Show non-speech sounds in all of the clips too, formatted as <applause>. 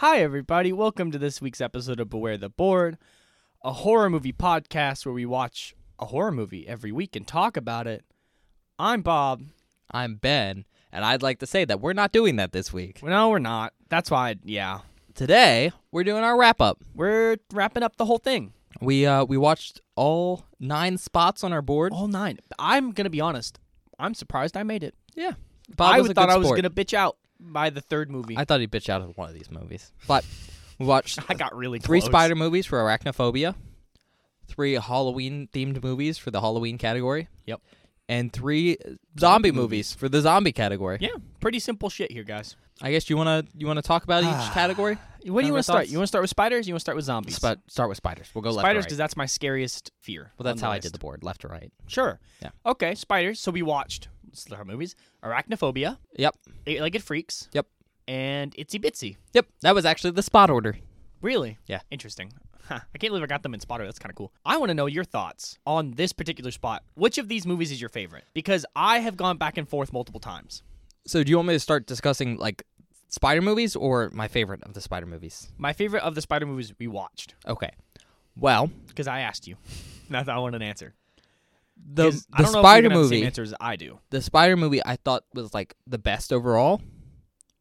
Hi, everybody. Welcome to this week's episode of Beware the Board, a horror movie podcast where we watch a horror movie every week and talk about it. I'm Bob. I'm Ben, and I'd like to say that we're not doing that this week. Well, no, we're not. That's why, yeah. Today, we're doing our wrap up. We're wrapping up the whole thing. We uh we watched all nine spots on our board. All nine. I'm going to be honest. I'm surprised I made it. Yeah, Bob I was a thought good I was sport. going to bitch out by the third movie. <laughs> I I, thought he'd bitch out of one of these movies, but <laughs> we watched got really three close. spider movies for arachnophobia, three Halloween themed movies for the Halloween category. Yep. And three uh, zombie movies for the zombie category. Yeah, pretty simple shit here, guys. I guess you wanna you wanna talk about Ah, each category. What do you Kinda want to start? thoughts? You want to start with spiders? You want to start with zombies? Sp- start with spiders. We'll go left spiders, to because right. that's my scariest fear. Well, that's on how the I list. did the board, left to right. Sure. Yeah. Okay, spiders. So we watched horror movies: Arachnophobia, Yep. Eight-Legged Freaks. Yep. And Itsy Bitsy. Yep, that was actually the spot order. Really? Yeah. Interesting. Huh. I can't believe I got them in spotter. That's kind of cool. I want to know your thoughts on this particular spot. Which of these movies is your favorite? Because I have gone back and forth multiple times. So, do you want me to start discussing like spider movies or my favorite of the spider movies? My favorite of the spider movies we watched, Okay. Well, because I asked you. <laughs> Now that I want an answer. the 'Cause I the don't know if you're spider gonna have the same movie, answer as I do. the spider movie, I thought was like the best overall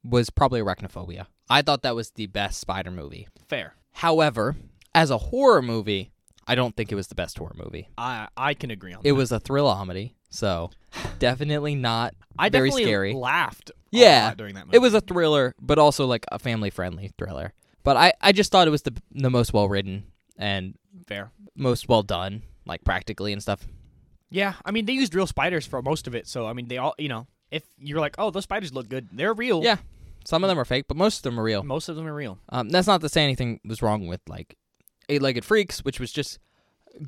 was probably Arachnophobia. I thought that was the best spider movie. Fair. However, as a horror movie, I don't think it was the best horror movie. I I can agree on. It that. was a thrill comedy, <sighs> so definitely not I very definitely scary. laughed. a Yeah, lot during that movie. It was a thriller, but also like a family friendly thriller. But I, I just thought it was the the most well written and fair. most well done, like practically and stuff. Yeah, I mean they used real spiders for most of it, so I mean they all you know if you're like oh those spiders look good they're real Yeah, some of them are fake, but most of them are real. most of them are real Um, that's not to say anything was wrong with like Eight Legged Freaks, which was just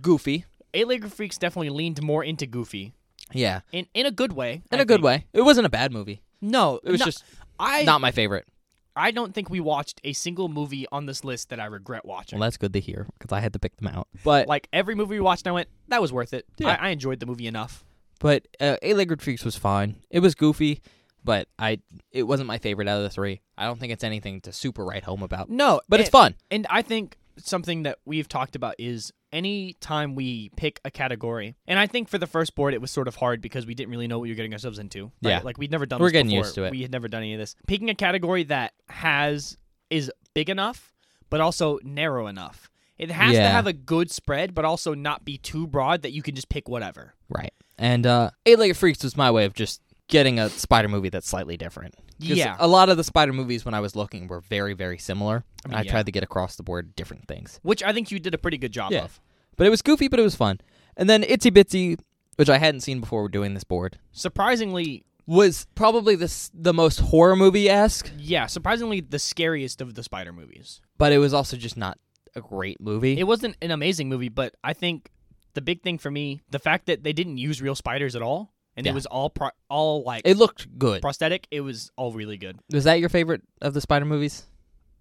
goofy. eight legged freaks definitely leaned more into goofy Yeah, in in a good way in a a good way. It wasn't a bad movie. no It was no- just I not my favorite. I don't think we watched a single movie on this list that I regret watching Well, that's good to hear because I had to pick them out. But like every movie we watched I went that was worth it Yeah. I, I enjoyed the movie enough but uh, Eight Legged Freaks was fine. It was goofy, but I it wasn't my favorite out of the three. I don't think it's anything to super write home about. no But it's and- fun. And I think something that we've talked about is any time we pick a category, and I think for the first board it was sort of hard because we didn't really know what we were getting ourselves into. right? Yeah. like we'd never done. We're this getting before. used to it. We had never done any of this. Picking a category that has is big enough, but also narrow enough. It has to Yeah. have a good spread, but also not be too broad that you can just pick whatever. Right. And uh, Eight Legged Freaks was my way of just getting a spider movie that's slightly different. 'Cause Yeah. A lot of the spider movies when I was looking were very, very similar. I, mean, I yeah. tried to get across the board different things. Which I think you did a pretty good job Yeah. of. But it was goofy, but it was fun. And then Itsy Bitsy, which I hadn't seen before we're doing this board, Surprisingly, was probably the, s- the most horror movie esque, yeah, surprisingly the scariest of the spider movies. but it was also just not a great movie. it wasn't an amazing movie, but I think the big thing for me, the fact that they didn't use real spiders at all, and it Yeah. was all pro- all like It looked good. prosthetic. It was all really good. Was that your favorite of the spider movies?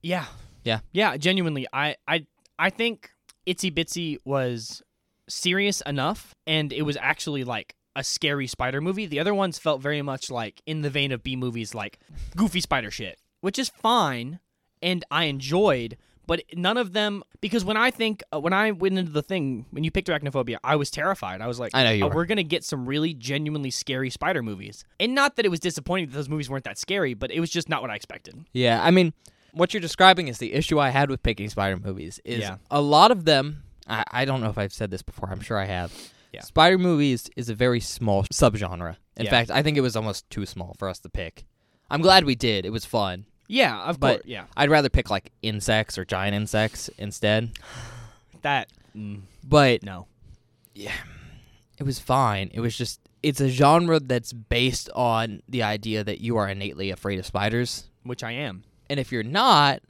Yeah, Yeah. yeah. Genuinely, I I I think Itsy Bitsy was serious enough, and it was actually like a scary spider movie. The other ones felt very much like in the vein of B movies, like goofy spider shit, which is fine, and I enjoyed. But none of them, because when I think uh, when I went into the thing when you picked arachnophobia, I was terrified. I was like, I know you "Oh, were. we're gonna get some really genuinely scary spider movies, and not that it was disappointing that those movies weren't that scary, but it was just not what I expected. Yeah, I mean, what you're describing is the issue I had with picking Spider movies. Is Yeah. a lot of them. I, I don't know if I've said this before. I'm sure I have. Yeah. Spider movies is a very small subgenre. In Yeah. fact, I think it was almost too small for us to pick. I'm glad we did. It was fun. Yeah, of But- course, yeah. I'd rather pick like insects or giant insects instead. That But no. it was fine. It was just it's a genre that's based on the idea that you are innately afraid of spiders. Which I am. and if you're not,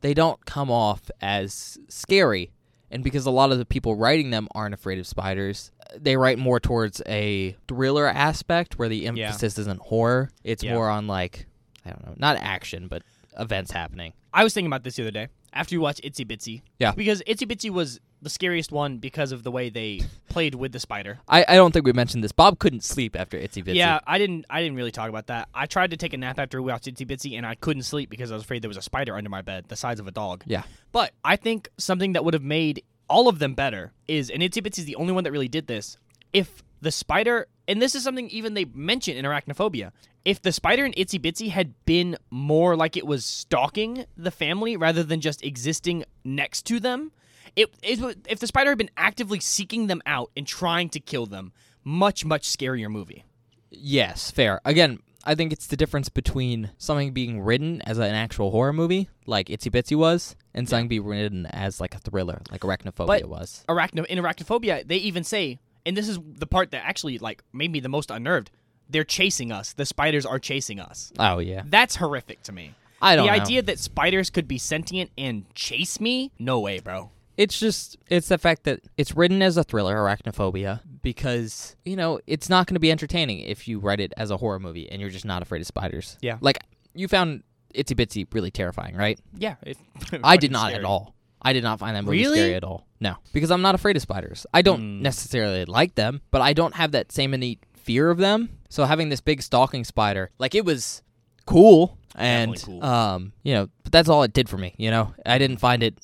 they don't come off as scary. And because a lot of the people writing them aren't afraid of spiders, they write more towards a thriller aspect where the emphasis isn't horror. It's Yeah. more on like I don't know, not action, but events happening. I was thinking about this the other day after you watched Itsy Bitsy. Yeah. Because Itsy Bitsy was the scariest one because of the way they played with the spider. I, I don't think we mentioned this. Bob couldn't sleep after Itsy Bitsy. Yeah, I didn't. I didn't really talk about that. I tried to take a nap after we watched Itsy Bitsy, and I couldn't sleep because I was afraid there was a spider under my bed, the size of a dog. Yeah. But I think something that would have made all of them better is, and Itsy Bitsy's the only one that really did this. If the spider, and this is something even they mention in Arachnophobia, if the spider in Itsy Bitsy had been more like it was stalking the family rather than just existing next to them, it, it would- if the spider had been actively seeking them out and trying to kill them, much much scarier movie. Yes, fair. Again, I think it's the difference between something being written as an actual horror movie, like Itsy Bitsy was, and something being written as like a thriller, like Arachnophobia But- was. Arachno in arachnophobia, they even say, and this is the part that actually like made me the most unnerved. They're chasing us. The spiders are chasing us. Oh yeah. That's horrific to me. I don't the know. idea that spiders could be sentient and chase me? No way, bro. It's just it's the fact that it's written as a thriller, Arachnophobia, because you know it's not going to be entertaining if you write it as a horror movie and you're just not afraid of spiders. Yeah. Like you found Itsy Bitsy really terrifying, right? Yeah, it, <laughs> I did not scary. at all. I did not find that movie Really? Hmm. scary at all. No, because I'm not afraid of spiders. I don't necessarily like them, but I don't have that same innate fear of them. So having this big stalking spider, like it was cool, and Definitely cool. um, you know, but that's all it did for me. You know, I didn't find it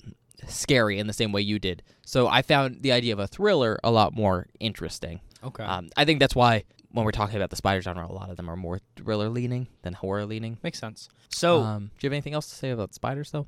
scary in the same way you did. So I found the idea of a thriller a lot more interesting. Okay, Um, I think that's why when we're talking about the spider genre, a lot of them are more thriller leaning than horror leaning. makes sense. So, Um, do you have anything else to say about spiders, though?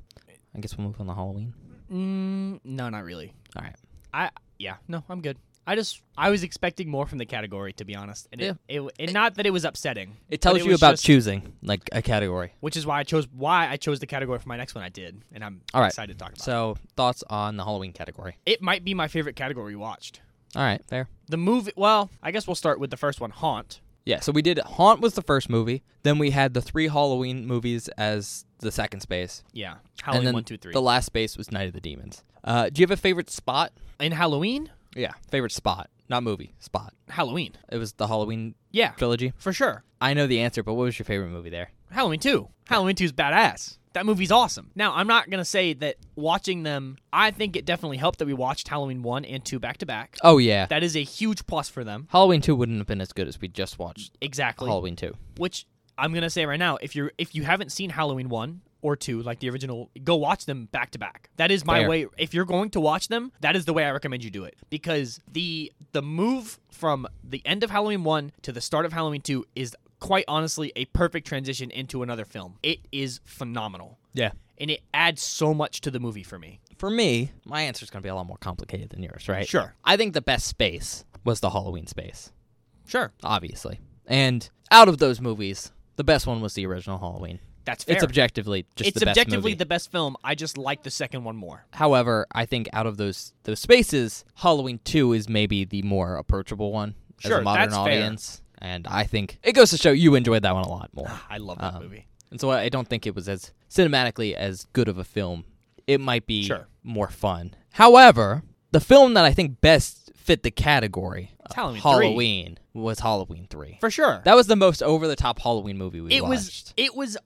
I guess we'll move on to Halloween. mm, no, not really. All right. I yeah, no, I'm good. I just I was expecting more from the category to be honest, and it, it, and not that it was upsetting. but It tells you was about just- choosing like a category. which is why I chose why I chose the category for my next one. I did, and I'm All right. excited to talk about. it. So thoughts on the Halloween category? It might be my favorite category we watched. All right, fair. The movie. Well, I guess we'll start with the first one, Haunt. Yeah. So we did Haunt was the first movie. Then we had the three Halloween movies as the second space. Yeah, and Halloween then one, two, three. The last space was Night of the Demons. Uh, do you have a favorite spot? In Halloween, Yeah, favorite spot, not movie spot. Halloween. It was the Halloween Yeah, trilogy. for sure. I know the answer, but what was your favorite movie there? Halloween 2. Halloween 2 is badass. That movie's awesome. Now, I'm not going to say that watching them, I think it definitely helped that we watched Halloween 1 and 2 back to back. Oh yeah, That is a huge plus for them. Halloween two wouldn't have been as good as we just watched Exactly. Halloween two. Which I'm going to say right now, if you are if you haven't seen Halloween 1 or 2 like the original, go watch them back to back. That is my Fair. way if you're going to watch them, that is the way I recommend you do it because the the move from the end of Halloween 1 to the start of Halloween 2 is quite honestly a perfect transition into another film. It is phenomenal. Yeah. and it adds so much to the movie for me. For me, my answer's gonna be a lot more complicated than yours, right? Sure. I think the best space was the Halloween space. Sure, obviously. And out of those movies, the best one was the original Halloween. that's fair. It's objectively just It's the best objectively movie. the best film. I just like the second one more. However, I think out of those those spaces, Halloween 2 is maybe the more approachable one as Sure, a modern that's fair. audience. And I think it goes to show you enjoyed that one a lot more. I love that Um, movie. And so I don't think it was as cinematically as good of a film. It might be Sure. more fun. However, the film that I think best fit the category of Halloween 3. Halloween was Halloween 3. For sure. That was the most over the top Halloween movie we it was watched. it was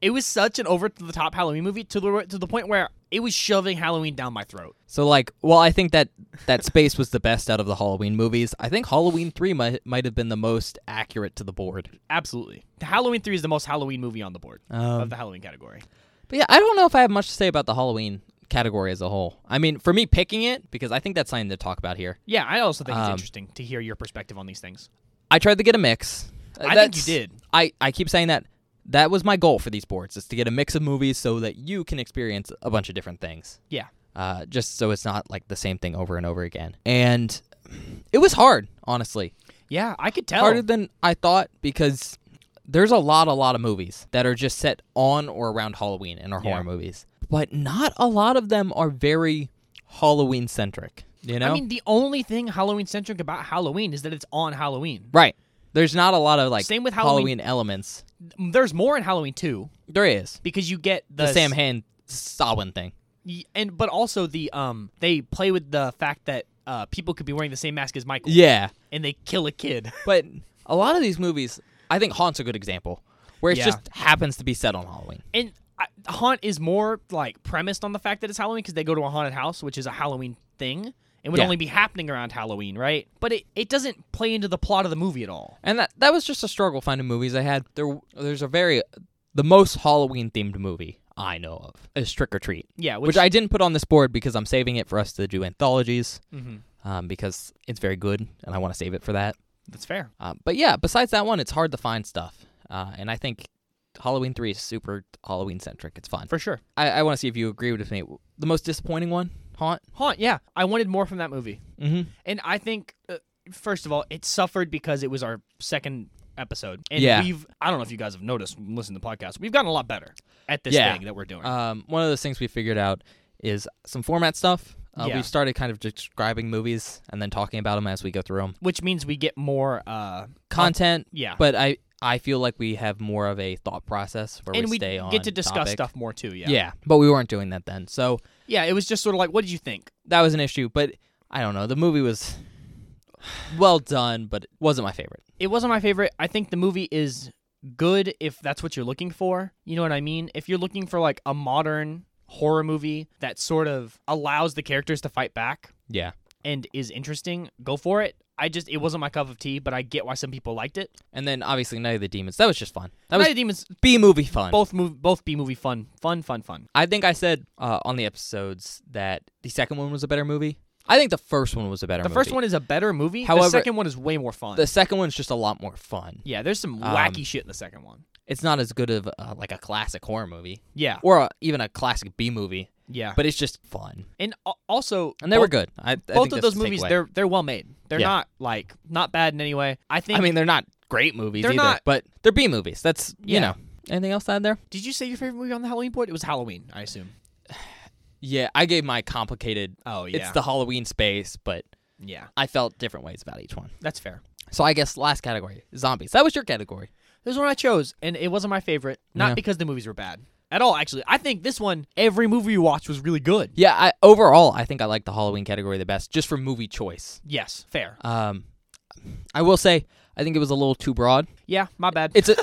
it was such an over the top Halloween movie to the to the point where it was shoving Halloween down my throat. So like, well, I think that that space was the best out of the Halloween movies. I think Halloween 3 might might have been the most accurate to the board. Absolutely. The Halloween 3 is the most Halloween movie on the board Um, of the Halloween category. But yeah, I don't know if I have much to say about the Halloween category as a whole. I mean, for me picking it because I think that's something to talk about here. Yeah, I also think it's um, interesting to hear your perspective on these things. I tried to get a mix. Uh, I think you that's- did. I, I keep saying that that was my goal for these boards is to get a mix of movies so that you can experience a bunch of different things. Yeah. uh, just so it's not like the same thing over and over again. And it was hard, honestly, Yeah, I could tell. harder than I thought because there's a lot, a lot of movies that are just set on or around Halloween and are Yeah. horror movies, but not a lot of them are very Halloween centric. You know, I mean, the only thing Halloween centric about Halloween is that it's on Halloween. right? There's not a lot of like Same with Halloween, Halloween- elements. There's more in Halloween 2 There is because you get the, the Sam s- Hand Samhain thing. y- and but also the um they play with the fact that uh people could be wearing the same mask as Michael Yeah, and they kill a kid. but a lot of these movies, I think Haunt's a good example, where it Yeah. just happens to be set on Halloween. And I, Haunt is more like premised on the fact that it's Halloween because they go to a haunted house, which is a Halloween thing. It would Yeah. only be happening around Halloween, right? But it, it doesn't play into the plot of the movie at all. And that that was just a struggle finding movies I had. There there's a very the most Halloween themed movie I know of is Trick or Treat, Yeah, which, which, I didn't put on this board because I'm saving it for us to do anthologies Mhm. um, because it's very good and I want to save it for that. that's fair. Uh, but yeah, besides that one, it's hard to find stuff. Uh, and I think Halloween 3 is super Halloween centric. It's fun. For sure. I, I want to see if you agree with me. The most disappointing one, Haunt. Haunt, yeah. I wanted more from that movie. Mm-hmm. And I think, uh, first of all, it suffered because it was our second episode. And Yeah. we've, I don't know if you guys have noticed, listening to the podcast, we've gotten a lot better at this Yeah. thing that we're doing. Um, one of those things we figured out is some format stuff. Uh, Yeah. We've started kind of describing movies and then talking about them as we go through them. which means we get more, uh, Content, yeah. but I I feel like we have more of a thought process where and we we stay on get to discuss topic. stuff more too. Yeah. Yeah. but we weren't doing that then, so Yeah, It was just sort of like, what did you think? that was an issue. But I don't know. The movie was well done, but it wasn't my favorite. It wasn't my favorite. I think the movie is good if that's what you're looking for. You know what I mean? If you're looking for like a modern horror movie that sort of allows the characters to fight back, Yeah, and is interesting, go for it. I just it wasn't my cup of tea, but I get why some people liked it. and then obviously Night of the Demons. That was just fun. Night That was of the Demons B movie fun. both move both B movie fun, fun, fun, fun. I think I said uh, on the episodes that the second one was a better movie. I think the first one was a better The movie. first one is a better movie. However- the second one is way more fun. The second one's just a lot more fun. yeah, there's some Um, wacky shit in the second one. It's not as good of uh, like a classic horror movie Yeah, or a, even a classic B movie, yeah. but it's just fun. and al- also, And they both, were good. I, I think Both of that's those the movies, takeaway. they're they're well made. They're Yeah. not like not bad in any way. I think. I mean, they're not great movies They're either, not- but they're B movies. That's, you Yeah. know. Anything else to add there? did you say your favorite movie on the Halloween board? It was Halloween, I assume. Yeah, I gave my complicated. uh, Oh It's the Halloween space, but yeah. I felt different ways about each one. That's fair. So I guess last category, zombies. That was your category. This one I chose, and it wasn't my favorite. Not Yeah. because the movies were bad at all. Actually, I think this one, every movie you watched was really good. Yeah, I, overall, I think I like the Halloween category the best, just for movie choice. Yes, fair. Um, I will say, I think it was a little too broad. Yeah, my bad. It's a,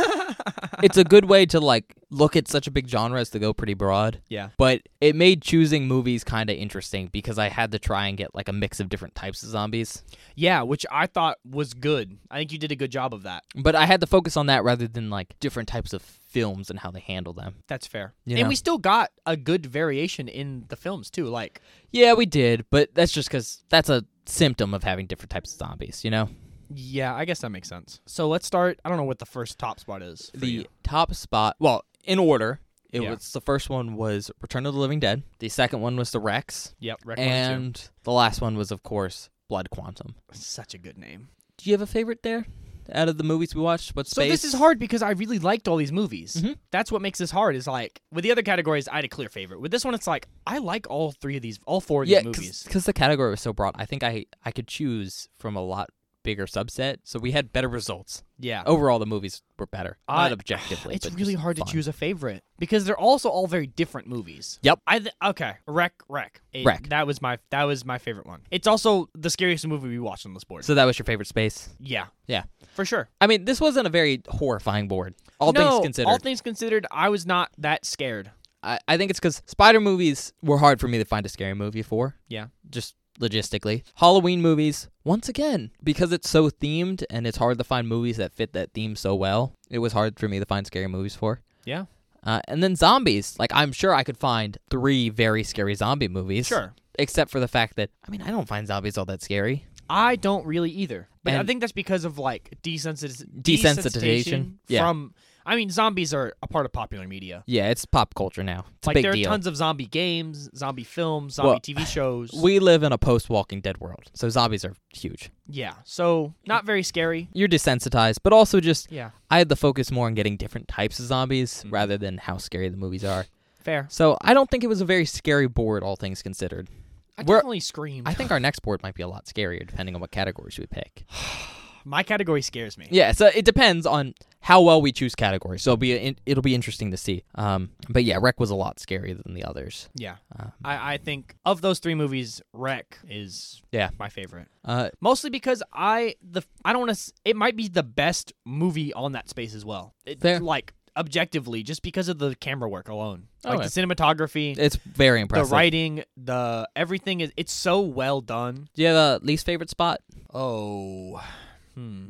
it's a good way to like look at such a big genre as to go pretty broad. yeah, But it made choosing movies kind of interesting because I had to try and get like a mix of different types of zombies. yeah, which I thought was good. I think you did a good job of that. But I had to focus on that rather than like different types of films and how they handle them. That's fair. You And know. we still got a good variation in the films too. Like, Yeah, we did, but that's just because that's a symptom of having different types of zombies. You know, yeah, I guess that makes sense. So let's start. I don't know what the first top spot is. for the you. top spot. Well, in order, it Yeah. was the first one was Return of the Living Dead. The second one was The Rex. yep, Rec One and Two. and the last one was, of course, Blood Quantum. such a good name. Do you have a favorite there? Out of the movies we watched, what So space? this is hard because I really liked all these movies. Mhm. That's what makes this hard. Is like with the other categories, I had a clear favorite. With this one, it's like I like all three of these, all four of Yeah, these movies. because the category was so broad. I think I I could choose from a lot bigger subset, so we had better results Yeah, overall. The movies were better, I- not <sighs> objectively. it's Oh, but really just hard fun. to choose a favorite because they're also all very different movies. Yep. I th- okay. Wreck, wreck, It- Wreck. That was my that was my favorite one. It's also the scariest movie we watched on this board. So that was your favorite space. yeah, Yeah. for sure. I mean, this wasn't a very horrifying board. All No, things considered, all things considered, I was not that scared. I, I think it's because spider movies were hard for me to find a scary movie for. Yeah. Just logistically. Halloween movies, once again, because it's so themed and it's hard to find movies that fit that theme so well, it was hard for me to find scary movies for. Yeah, Uh, and then zombies. Like, I'm sure I could find three very scary zombie movies. sure. Except for the fact that, I mean, I don't find zombies all that scary. I don't really either. But I And- think that's because of like desensitis- Desensitization, desensitization yeah. from I mean zombies are a part of popular media. Yeah, it's pop culture now. It's like a big there are deal. tons of zombie games, zombie films, zombie Well, <sighs> TV shows. we live in a post Walking Dead world, so zombies are huge. yeah. So not very scary. You're desensitized, but also just Yeah. I had to focus more on getting different types of zombies Mm-hmm. rather than how scary the movies are. Fair. So I don't think it was a very scary board, all things considered. I We're- definitely screamed. I think our next board might be a lot scarier, depending on what categories we pick. <sighs> My category scares me. Yeah, so it depends on how well we choose categories. So it'll be it'll be interesting to see. Um, but yeah, Wreck was a lot scarier than the others. Yeah. Um, I, I think of those three movies, Wreck is Yeah. my favorite. Uh, Mostly because I the I don't want to. It might be the best movie on that space as well. It, Fair. Like objectively just because of the camera work alone. Oh, Like yeah. the cinematography, It's very the impressive. writing, the everything is it's so well done. Do you have a least favorite spot? Oh. Hmm.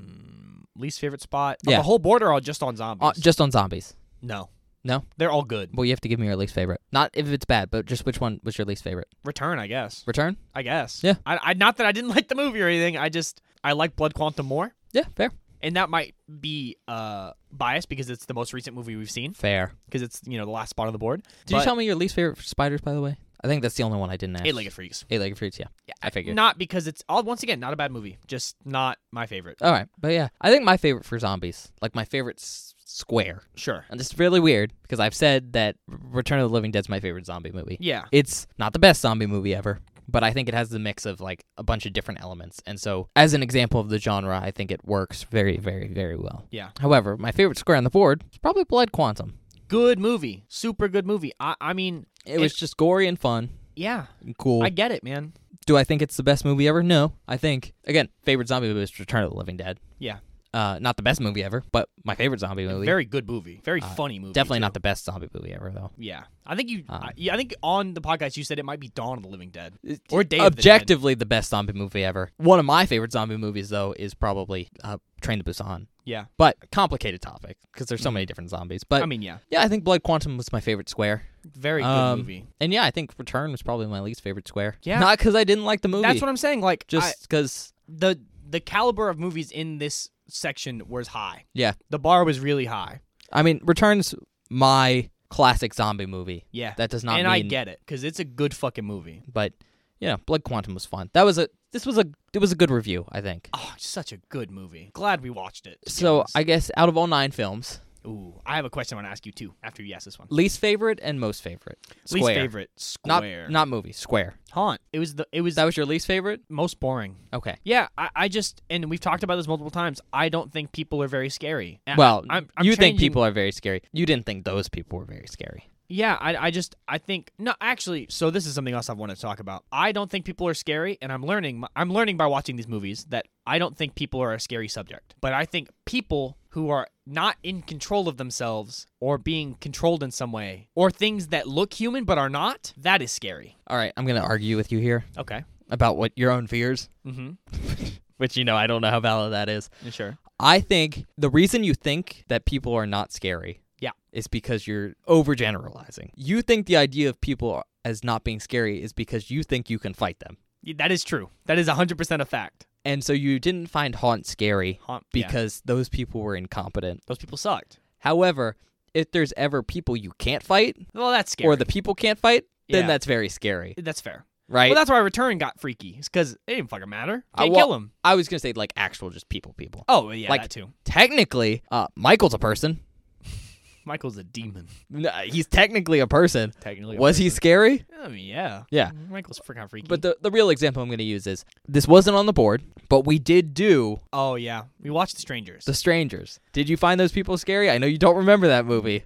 Least favorite spot. Of Yeah. The whole border all just on zombies. Uh, just on zombies. no. No? They're all good. Well, you have to give me your least favorite. Not if it's bad, but just which one was your least favorite? Return, I guess. Return? I guess. Yeah. I, I not that I didn't <laughs> like the movie or anything. I just I like Blood Quantum more. Yeah, fair. And that might be uh biased because it's the most recent movie we've seen Fair. because it's, you know, the last spot on the board. Did you tell me your least favorite spiders, by the way? I think that's the only one I didn't ask. Eight-legged freaks. Eight-legged fruits, yeah. Yeah, I figured. Not because it's all once again not a bad movie, just not my favorite. All right, but yeah, I think my favorite for zombies, like my favorite s- square, Sure. and this is really weird because I've said that Return of the Living Dead's my favorite zombie movie. Yeah. It's not the best zombie movie ever, but I think it has the mix of like a bunch of different elements. And so, as an example of the genre, I think it works very, very, very well. Yeah. However, my favorite square on the board is probably Blood Quantum. Good movie. Super good movie. I I mean, It, was just gory and fun yeah. and cool. I get it, man. Do I think it's the best movie ever? No. I think, again, favorite zombie movie is Return of the Living Dead. Yeah. Uh, not the best movie ever, but my favorite zombie movie. Very good movie. Very funny movie. Uh, Definitely too. not the best zombie movie ever, though. Yeah, I think you. Um, I, yeah, I think on the podcast you said it might be Dawn of the Living Dead or Day of the Dead. Objectively, the best zombie movie ever. One of my favorite zombie movies, though, is probably uh, Train to Busan. Yeah, But complicated topic because there's so many different zombies. But Mm-hmm. I mean, yeah, yeah, I think Blood Quantum was my favorite square, very good Um, movie. and yeah, I think Return was probably my least favorite square. Yeah. not because I didn't like the movie. That's what I'm saying. Like, I, just because. the the caliber of movies in this section was high. Yeah, The bar was really high. I mean, Return's my classic zombie movie. Yeah, That does not and mean, I get it because it's a good fucking movie. but yeah, Blood Quantum was fun. That was a this was a it was a good review, I think. Oh, it's such a good movie. Glad we watched it. to be So honest. I guess out of all nine films, ooh, I have a question I want to ask you too. After you ask this one, least favorite and most favorite. Square. least favorite Not square not movie. Square. haunt. It was the it was That was your least favorite. most boring. Okay. Yeah, I, I just and we've talked about this multiple times. I don't think people are very scary. And Well, I, I'm- I'm you think changing- people are very scary. You didn't think those people were very scary. Yeah, I, I just I think no, actually. So this is something else I want to talk about. I don't think people are scary, and I'm learning. I'm learning by watching these movies that I don't think people are a scary subject. But I think people who are not in control of themselves or being controlled in some way or things that look human but are not that is scary. All right, I'm gonna argue with you here Okay. about what your own fears, Mm-hmm. which you know I don't know how valid that is. Sure. I think the reason you think that people are not scary, Yeah. is because you're overgeneralizing. You think the idea of people as not being scary is because you think you can fight them, Yeah, That is true. That is 100% a fact. and so you didn't find Haunt scary Haunt, yeah. because those people were incompetent. those people sucked. However, if there's ever people you can't fight Well, that's scary. or the people can't fight, then Yeah. that's very scary, that's fair. right? Well, that's why Return got freaky. It's because it didn't fucking matter. I Can't wa- kill him. I was gonna say like actual just people, people. Oh, well, yeah, Like- that too. Technically, uh, Michael's a person. Michael's a demon, No, he's technically a person. technically. Was he scary? I mean, yeah. Yeah. Michael's freaking freaky. But the, the real example I'm going to use is this wasn't on the board, but we did do oh yeah, we watched The Strangers. The Strangers. Did you find those people scary? I know you don't remember that <laughs> movie,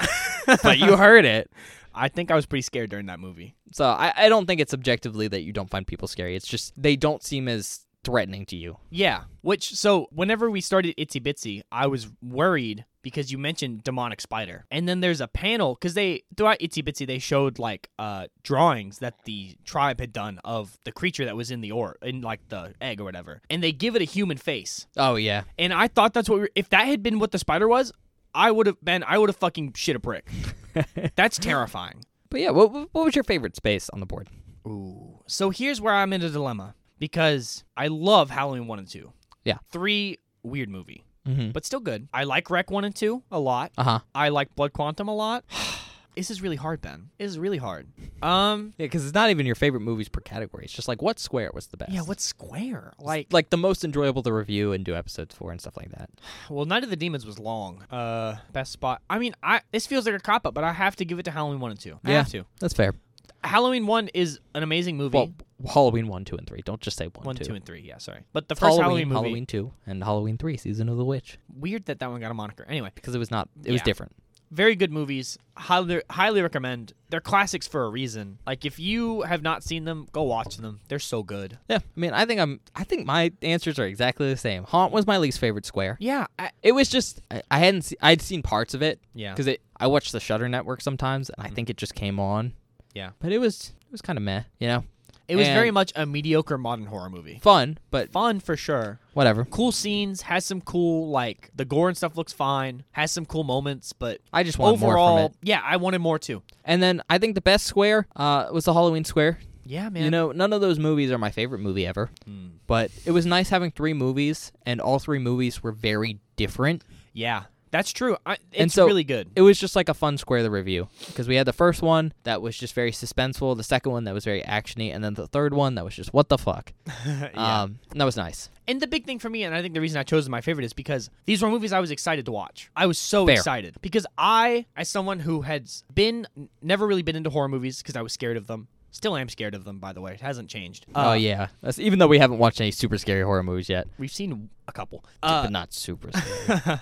but you heard it. I think I was pretty scared during that movie. So I, I don't think it's objectively that you don't find people scary. It's just they don't seem as threatening to you. Yeah. Which so whenever we started Itsy Bitsy, I was worried because you mentioned demonic spider, and then there's a panel because they throughout Itsy Bitsy they showed like uh drawings that the tribe had done of the creature that was in the or in like the egg or whatever, and they give it a human face. Oh, yeah. and I thought that's what we were, if that had been what the spider was, I would have been I would have fucking shit a brick. that's terrifying. But yeah, what, what was your favorite space on the board? Ooh. So here's where I'm in a dilemma because I love Halloween 1 and 2. Yeah. 3 weird movie, Mm-hmm. but still good. I like Rec 1 and 2 a lot. Uh huh. I like Blood Quantum a lot. <sighs> this is really hard, Ben. This is really hard. Um Yeah, because it's not even your favorite movies per category. It's just like what square was the best. yeah, what square? Like, like the most enjoyable to review and do episodes for and stuff like that. well, Night of the Demons was long. Uh, best spot. I mean, I this feels like a cop up, but I have to give it to Halloween one and two. I Yeah. have to. That's fair. Halloween one is an amazing movie. Well, Halloween one, two, and three. Don't just say one, One, two. two, and three. Yeah, sorry. But the It's first Halloween, Halloween, movie, Halloween two, and Halloween three, season of the witch, weird that that one got a moniker. Anyway, because it was not. It was Yeah. different. very good movies. Highly, highly recommend. They're classics for a reason. Like if you have not seen them, go watch them. They're so good. Yeah, I mean, I think I'm. I think my answers are exactly the same. Haunt was my least favorite square. Yeah, I, It was just I, I hadn't. Se- I'd seen parts of it yeah. Mm-hmm. because it. I watched the Shutter Network sometimes, and I think it just came on. Yeah. but it was it was kind of meh. You know, It was and- very much a mediocre modern horror movie. fun, but Fun for sure. whatever. Cool scenes, has some cool like the gore and stuff looks fine. Has some cool moments, but I just wanted overall, more from it. yeah, I wanted more too. And then I think the best square uh, was the Halloween square. Yeah, man. You know, none of those movies are my favorite movie ever, Mm. but it was nice having three movies, and all three movies were very different. yeah, that's true. I, it's And so- really good. <laughs> it was just like a fun square the review because we had the first one that was just very suspenseful, the second one that was very actiony, and then the third one that was just what the fuck. <laughs> Yeah. Um, and that was nice. And the big thing for me, and I think the reason I chose my favorite is because these were movies I was excited to watch. I was so Fair. excited because I, as someone who had been never really been into horror movies because I was scared of them, still am scared of them. By the way, it hasn't changed. Uh, oh yeah, That's, even though we haven't watched any super scary horror movies yet, we've seen a couple. Uh, <laughs> but not super. Scary.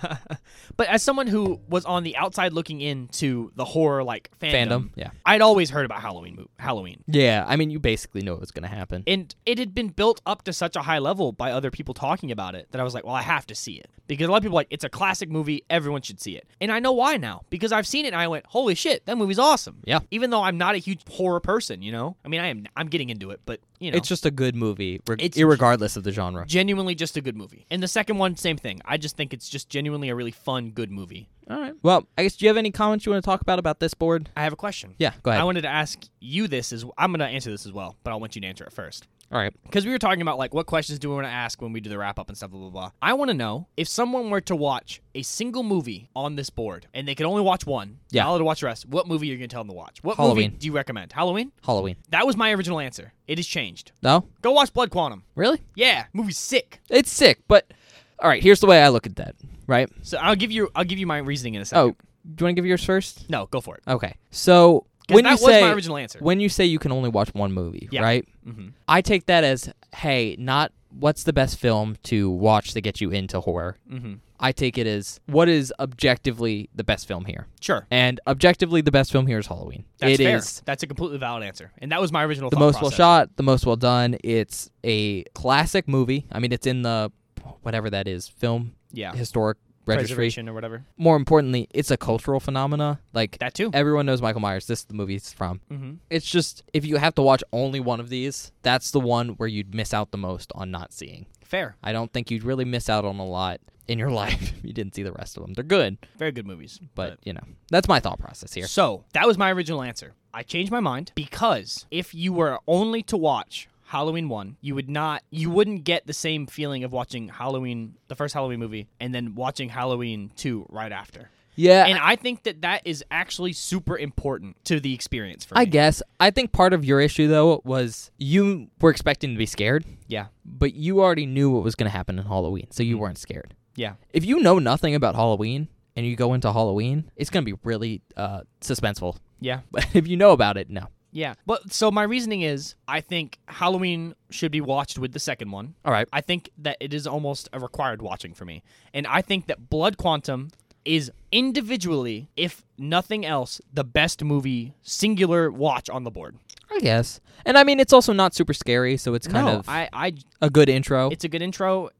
but as someone who was on the outside looking into the horror like fandom, Fandom, yeah, I'd always heard about Halloween. mo- Halloween. yeah. I mean, you basically knew it was gonna happen. And it had been built up to such a high level by other people talking about it that I was like, well, I have to see it. Because a lot of people are like, it's a classic movie, everyone should see it. And I know why now. Because I've seen it and I went, holy shit, that movie's awesome. Yeah. Even though I'm not a huge horror person, you know? I mean, I am I'm getting into it, but you know It's just a good movie, reg- It's- irregardless of the genre. genuinely just a good movie. And the second one, same thing. I just think it's just genuinely a really fun, good movie. All right. Well, I guess do you have any comments you want to talk about about this board? I have a question. Yeah, go ahead. I wanted to ask you this is I'm gonna answer this as well, but I want you to answer it first. All right. because we were talking about like what questions do we want to ask when we do the wrap up and stuff blah blah blah i want to know if someone were to watch a single movie on this board and they could only watch one Yeah. not allowed to watch the rest what movie are you gonna tell them to watch what Halloween. movie do you recommend halloween Halloween. that was my original answer it has changed No, go watch blood quantum really? yeah movie's sick It's sick, but all right. Here's the way I look at that. Right. so i'll give you i'll give you my reasoning in a second Oh, Uh. do you want to give yours first? no go for it Okay. So 'Cause when that you was say my original answer when you say you can only watch one movie, Yeah. right? hmm I take that as hey, not what's the best film to watch to get you into horror. hmm I take it as what is objectively the best film here. sure And objectively the best film here is Halloween. that's It fair. is that's a completely valid answer and that was my original the thought most well process. shot, the most well done. It's a classic movie. I mean, it's in the whatever that is, film yeah historic registry. preservation or whatever More importantly, it's a cultural phenomena. Like that too everyone knows Michael Myers. This is the movie it's from. mm-hmm. It's just if you have to watch only one of these, that's the one where you'd miss out the most on not seeing. fair I don't think you'd really miss out on a lot in your <laughs> life if you didn't see the rest of them. They're good, very good movies but you know, that's my thought process here. So that was my original answer. I changed my mind because if you were only to watch Halloween one, you would not, you wouldn't get the same feeling of watching Halloween, the first Halloween movie, and then watching Halloween two right after. Yeah, And I think that that is actually super important to the experience for I me. guess I think part of your issue though was you were expecting to be scared, yeah, but you already knew what was going to happen in Halloween, so Mm. you weren't scared. yeah, If you know nothing about Halloween and you go into Halloween, it's going to be really uh, suspenseful. <laughs> yeah. But if you know about it, no. Yeah. But so my reasoning is I think Halloween should be watched with the second one. All right. I think that it is almost a required watching for me. And I think that Blood Quantum is individually, if nothing else, the best movie singular watch on the board. I guess. And I mean, it's also not super scary, so it's kind no, of I, I a good intro. It's, it's a good intro.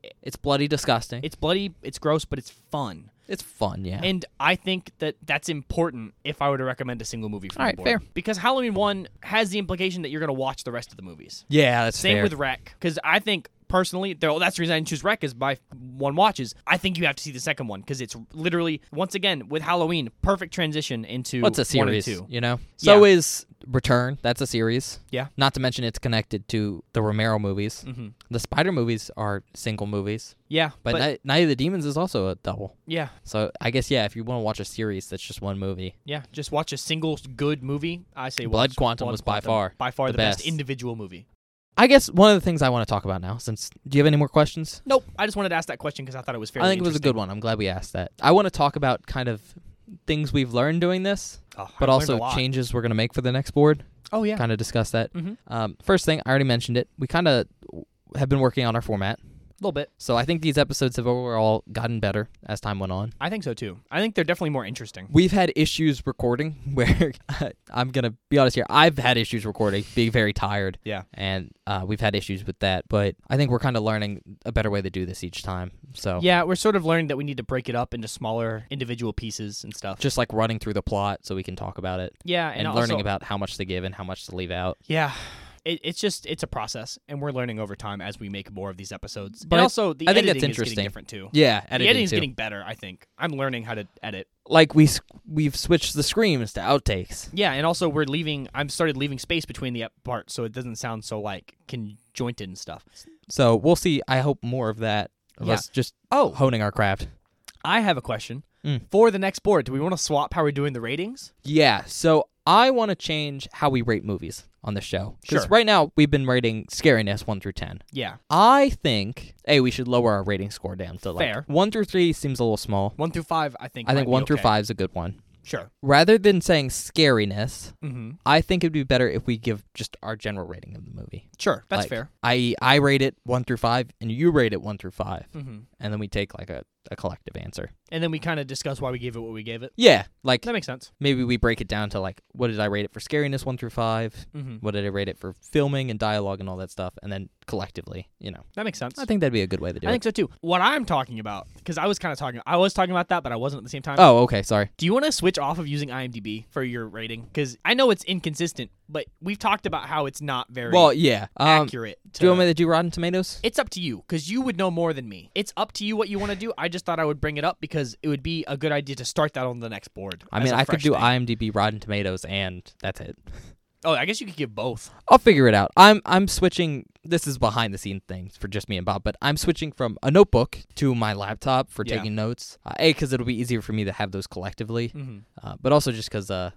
bloody disgusting. It's bloody, it's gross, but it's fun. it's fun, yeah. And I think that that's important if I were to recommend a single movie from All the right, board. fair. Because Halloween 1 has the implication that you're going to watch the rest of the movies. yeah, that's Same fair. with Wreck, because I think personally, though that's the reason I didn't choose Wreck is by one watches. I think you have to see the second one because it's literally once again with Halloween, perfect transition into What's a one and series, two. you know? Yeah. So is Return. That's a series. Yeah. Not to mention it's connected to the Romero movies. Mm-hmm. The Spider movies are single movies, Yeah, but, but, Ni- Night of the Demons is also a double. yeah, So I guess yeah, if you want to watch a series that's just one movie. yeah. Just watch a single good movie. I say Blood watch Quantum was by far by far the the, best. best. individual movie. I guess one of the things I want to talk about now, since do you have any more questions? Nope. I just wanted to ask that question because I thought it was fairly. I think it was a good one. I'm glad we asked that. I want to talk about kind of things we've learned doing this, Oh, I but learned a also lot. changes we're gonna make for the next board. Oh yeah. Kind of discuss that. Mhm. Um, first thing, I already mentioned it. We kind of have been working on our format. A little bit. So I think these episodes have overall gotten better as time went on. I think so too. I think they're definitely more interesting. We've had issues recording <laughs> where I'm going to be honest here. I've had issues recording, being very tired. Yeah. And uh, we've had issues with that. But I think we're kind of learning a better way to do this each time. So Yeah, we're sort of learning that we need to break it up into smaller individual pieces and stuff. just like running through the plot so we can talk about it yeah, and, and, also, learning about how much to give and how much to leave out. Yeah. It, it's just it's a process, and we're learning over time as we make more of these episodes. But But I- also, the I think editing that's is interesting. getting different too. Yeah, The editing editing's too. getting better. I think I'm learning how to edit. like we s- we've switched the screams to outtakes. Yeah, and also we're leaving. I'm started leaving space between the ep- parts, so it doesn't sound so like conjointed and stuff. So we'll see. I hope more of that. Of Yeah. Us just Oh, honing our craft. I have a question Mm. for the next board. Do we want to swap how we're doing the ratings? Yeah. So I want to change how we rate movies on the show. Because Sure. right now we've been rating scariness one through ten. Yeah, I think a we should lower our rating score down to like Fair. one through three seems a little small. one through five. I think. I might think be one through okay. five is a good one. Sure. Rather than saying scariness, hmm I think it'd be better if we give just our general rating of the movie. Sure, that's Like, fair. I I rate it one through five, and you rate it one through five, hmm and then we take like a, a collective answer. And then we kind of discuss why we gave it what we gave it. Yeah, like That makes sense. maybe we break it down to like what did I rate it for scariness one through five, hmm what did I rate it for filming and dialogue and all that stuff, and then collectively, you know, That makes sense. I think that'd be a good way to do I it. think so too. What I'm talking about, because I was kind of talking, I was talking about that, but I wasn't at the same time. oh, okay, sorry. Do you want to switch off of using IMDb for your rating? Because I know it's inconsistent, but we've talked about how it's not very Well, yeah. Um, do accurate. To, you want me to do Rotten Tomatoes? it's up to you, because you would know more than me. It's up to you what you want to do. I just thought I would bring it up because it would be a good idea to start that on the next board. I as mean, a I fresh could do thing. IMDb, Rotten Tomatoes, and that's it. Oh, I guess you could give both. I'll figure it out. I'm I'm switching. This is behind the scene things for just me and Bob, but I'm switching from a notebook to my laptop for Yeah. taking notes. Uh, a because it'll be easier for me to have those collectively, Mm-hmm. uh, but also just because uh,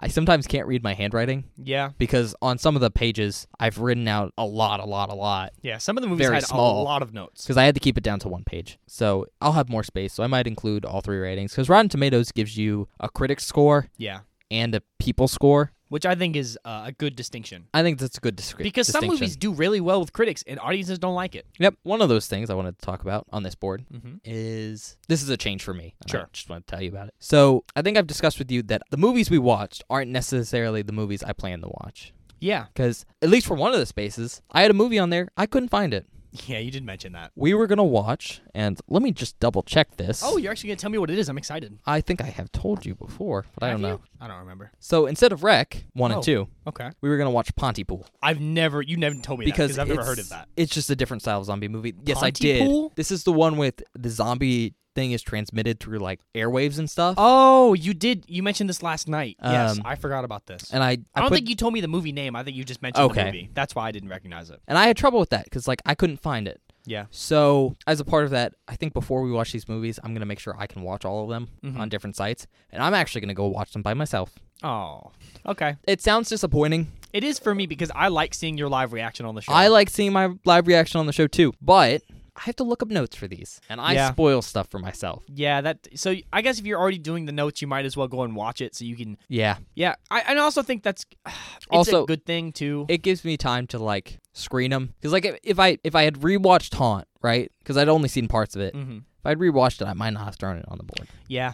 I sometimes can't read my handwriting Yeah, because on some of the pages I've written out a lot, a lot, a lot yeah. Some of the movies Very had a small. lot of notes. because I had to keep it down to one page. So I'll have more space. So I might include all three ratings because Rotten Tomatoes gives you a critic score Yeah, and a people score. which I think is uh, a good distinction. I think that's a good description. Because some movies do really well with critics and audiences don't like it. Yep. One of those things I wanted to talk about on this board Mm-hmm. is this is a change for me. and I Sure. just want to tell you about it. So I think I've discussed with you that the movies we watched aren't necessarily the movies I plan to watch. Yeah. Because at least for one of the spaces, I had a movie on there. I couldn't find it. Yeah, you did mention that. We were gonna watch, and let me just double check this. Oh, you're actually going to tell me what it is. I'm excited. I think I have told you before, but I Have don't know. you? I don't remember. So instead of Rec one Oh. and two, Okay. we were gonna watch Pontypool I've never, you never told me because that I've never heard it's- of that. It's just a different style of zombie movie. Yes, I Pontypool? did. This is the one with the zombie thing is transmitted through like airwaves and stuff. Oh, you did. You mentioned this last night. yes, Um, I forgot about this. And I, I I don't put think you told me the movie name. I think you just mentioned Okay. the movie. That's why I didn't recognize it. And I had trouble with that because like I couldn't find it. Yeah. So as a part of that, I think before we watch these movies, I'm gonna make sure I can watch all of them Mhm. on different sites, and I'm actually gonna go watch them by myself. Oh, okay. It sounds disappointing. It is for me because I like seeing your live reaction on the show. I like seeing my live reaction on the show too, but I have to look up notes for these, and I Yeah. spoil stuff for myself. yeah, that. So I guess if you're already doing the notes, you might as well go and watch it so you can. Yeah, Yeah, I, and I also think that's <sighs> it's Also- a good thing too. it gives me time to like screen them because like if- if I if I had rewatched Haunt, right? Because I'd only seen parts of it. mm-hmm. If I'd rewatched it, I might not have thrown it on the board. Yeah.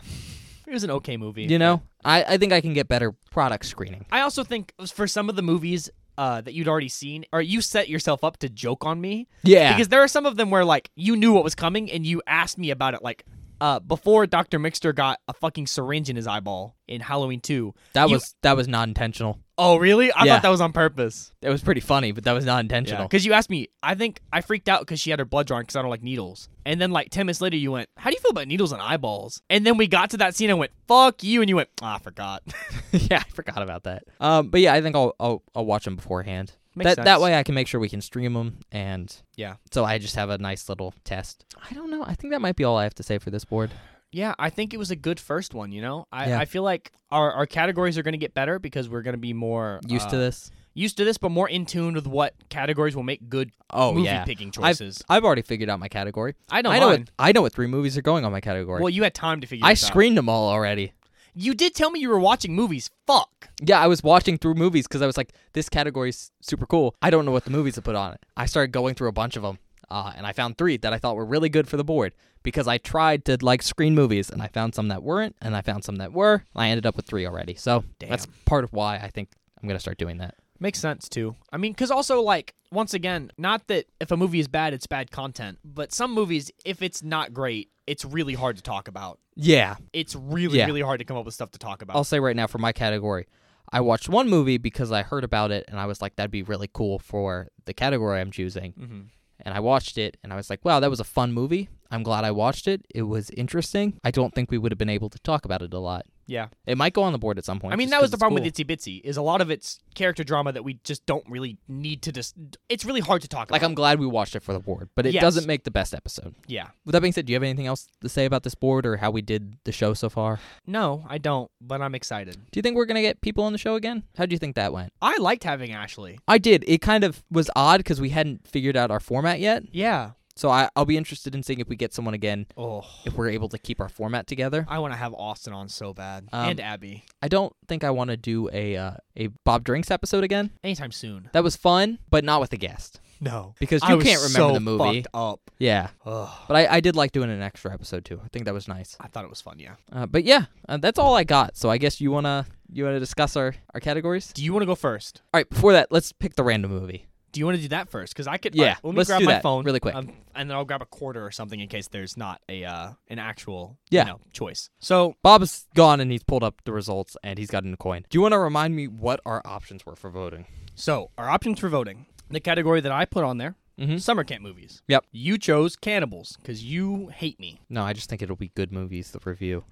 It was an okay movie. You know, I I think I can get better product screening. I also think for some of the movies uh, that you'd already seen, or you set yourself up to joke on me. Yeah, Because there are some of them where, like, you knew what was coming and you asked me about it, like, uh, before Dr. Mixter got a fucking syringe in his eyeball in Halloween 2. That You- was that was not intentional. Oh, really? I Yeah. thought that was on purpose. It was pretty funny, but that was not intentional. Because you asked me, I think I freaked out because she had her blood drawn because I don't like needles. And then, like, 10 minutes later, you went, How do you feel about needles and eyeballs? And then we got to that scene and went, Fuck you. And you went, "Ah, I forgot. <laughs> <laughs> Yeah, I forgot about that. Um, but yeah, I think I'll I'll, I'll watch them beforehand. Makes that that sense. way I can make sure we can stream them, and Yeah. so I just have a nice little test. I don't know. I think that might be all I have to say for this board. Yeah, I think it was a good first one. You know, I, Yeah. I feel like our, our categories are going to get better because we're going to be more Used uh, to this. used to this, but more in tune with what categories will make good Oh movie yeah. picking choices. I've already figured out my category. I know I know. mine. What, I know what three movies are going on my category. well, you had time to figure. I this out. screened them all already. You did tell me you were watching movies. Fuck. Yeah, I was watching through movies because I was like, this category's super cool. I don't know what the movies to put on it. I started going through a bunch of them. uh, and I found three that I thought were really good for the board because I tried to like screen movies, and I found some that weren't, and I found some that were. And I ended up with three already, so that's part of why I think I'm gonna start doing that. Makes sense too. I mean, because also like once again, not that if a movie is bad, it's bad content, but some movies, if it's not great, it's really hard to talk about. Yeah, It's really Yeah. really hard to come up with stuff to talk about. I'll say right now for my category, I watched one movie because I heard about it, and I was like, that'd be really cool for the category I'm choosing. mm-hmm. and I watched it and I was like, wow, that was a fun movie. I'm glad I watched it. It was interesting. I don't think we would have been able to talk about it a lot. Yeah, It might go on the board at some point. I mean just that was 'cause the it's problem cool. with Itsy Bitsy is a lot of it's character drama that we just don't really need to just. it's really hard to talk Like, about. I'm glad we watched it for the board, but it Yes. doesn't make the best episode. yeah. With that being said, do you have anything else to say about this board or how we did the show so far? No, I don't, but I'm excited. Do you think we're going to get people on the show again? How do you think that went? I liked having Ashley. I did. It kind of was odd because we hadn't figured out our format yet. Yeah. So I, I'll be interested in seeing if we get someone again, Oh, if we're able to keep our format together. I want to have Austin on so bad Um, and Abby I don't think I want to do a uh, a Bob Drinks episode again. anytime soon. That was fun, but not with the guest No, because I you was can't remember so the movie. Fucked up. Yeah, Ugh. but I, I did like doing an extra episode too. I think that was nice. I thought it was fun. Yeah. Uh, but yeah, uh, that's all I got. So I guess you wanna you wanna discuss our our categories. Do you want to go first? All right, before that, let's pick the random movie. Do you want to do that first? Because I could. Yeah, all right, let me let's grab do my that phone really quick. um, and then I'll grab a quarter or something in case there's not a uh, an actual Yeah. you know, choice. So Bob's gone and he's pulled up the results and he's gotten a coin. Do you wanna remind me what our options were for voting? so our options for voting. The category that I put on there: Mhm. summer camp movies. Yep. You chose cannibals because you hate me. No, I just think it'll be good movies. The review.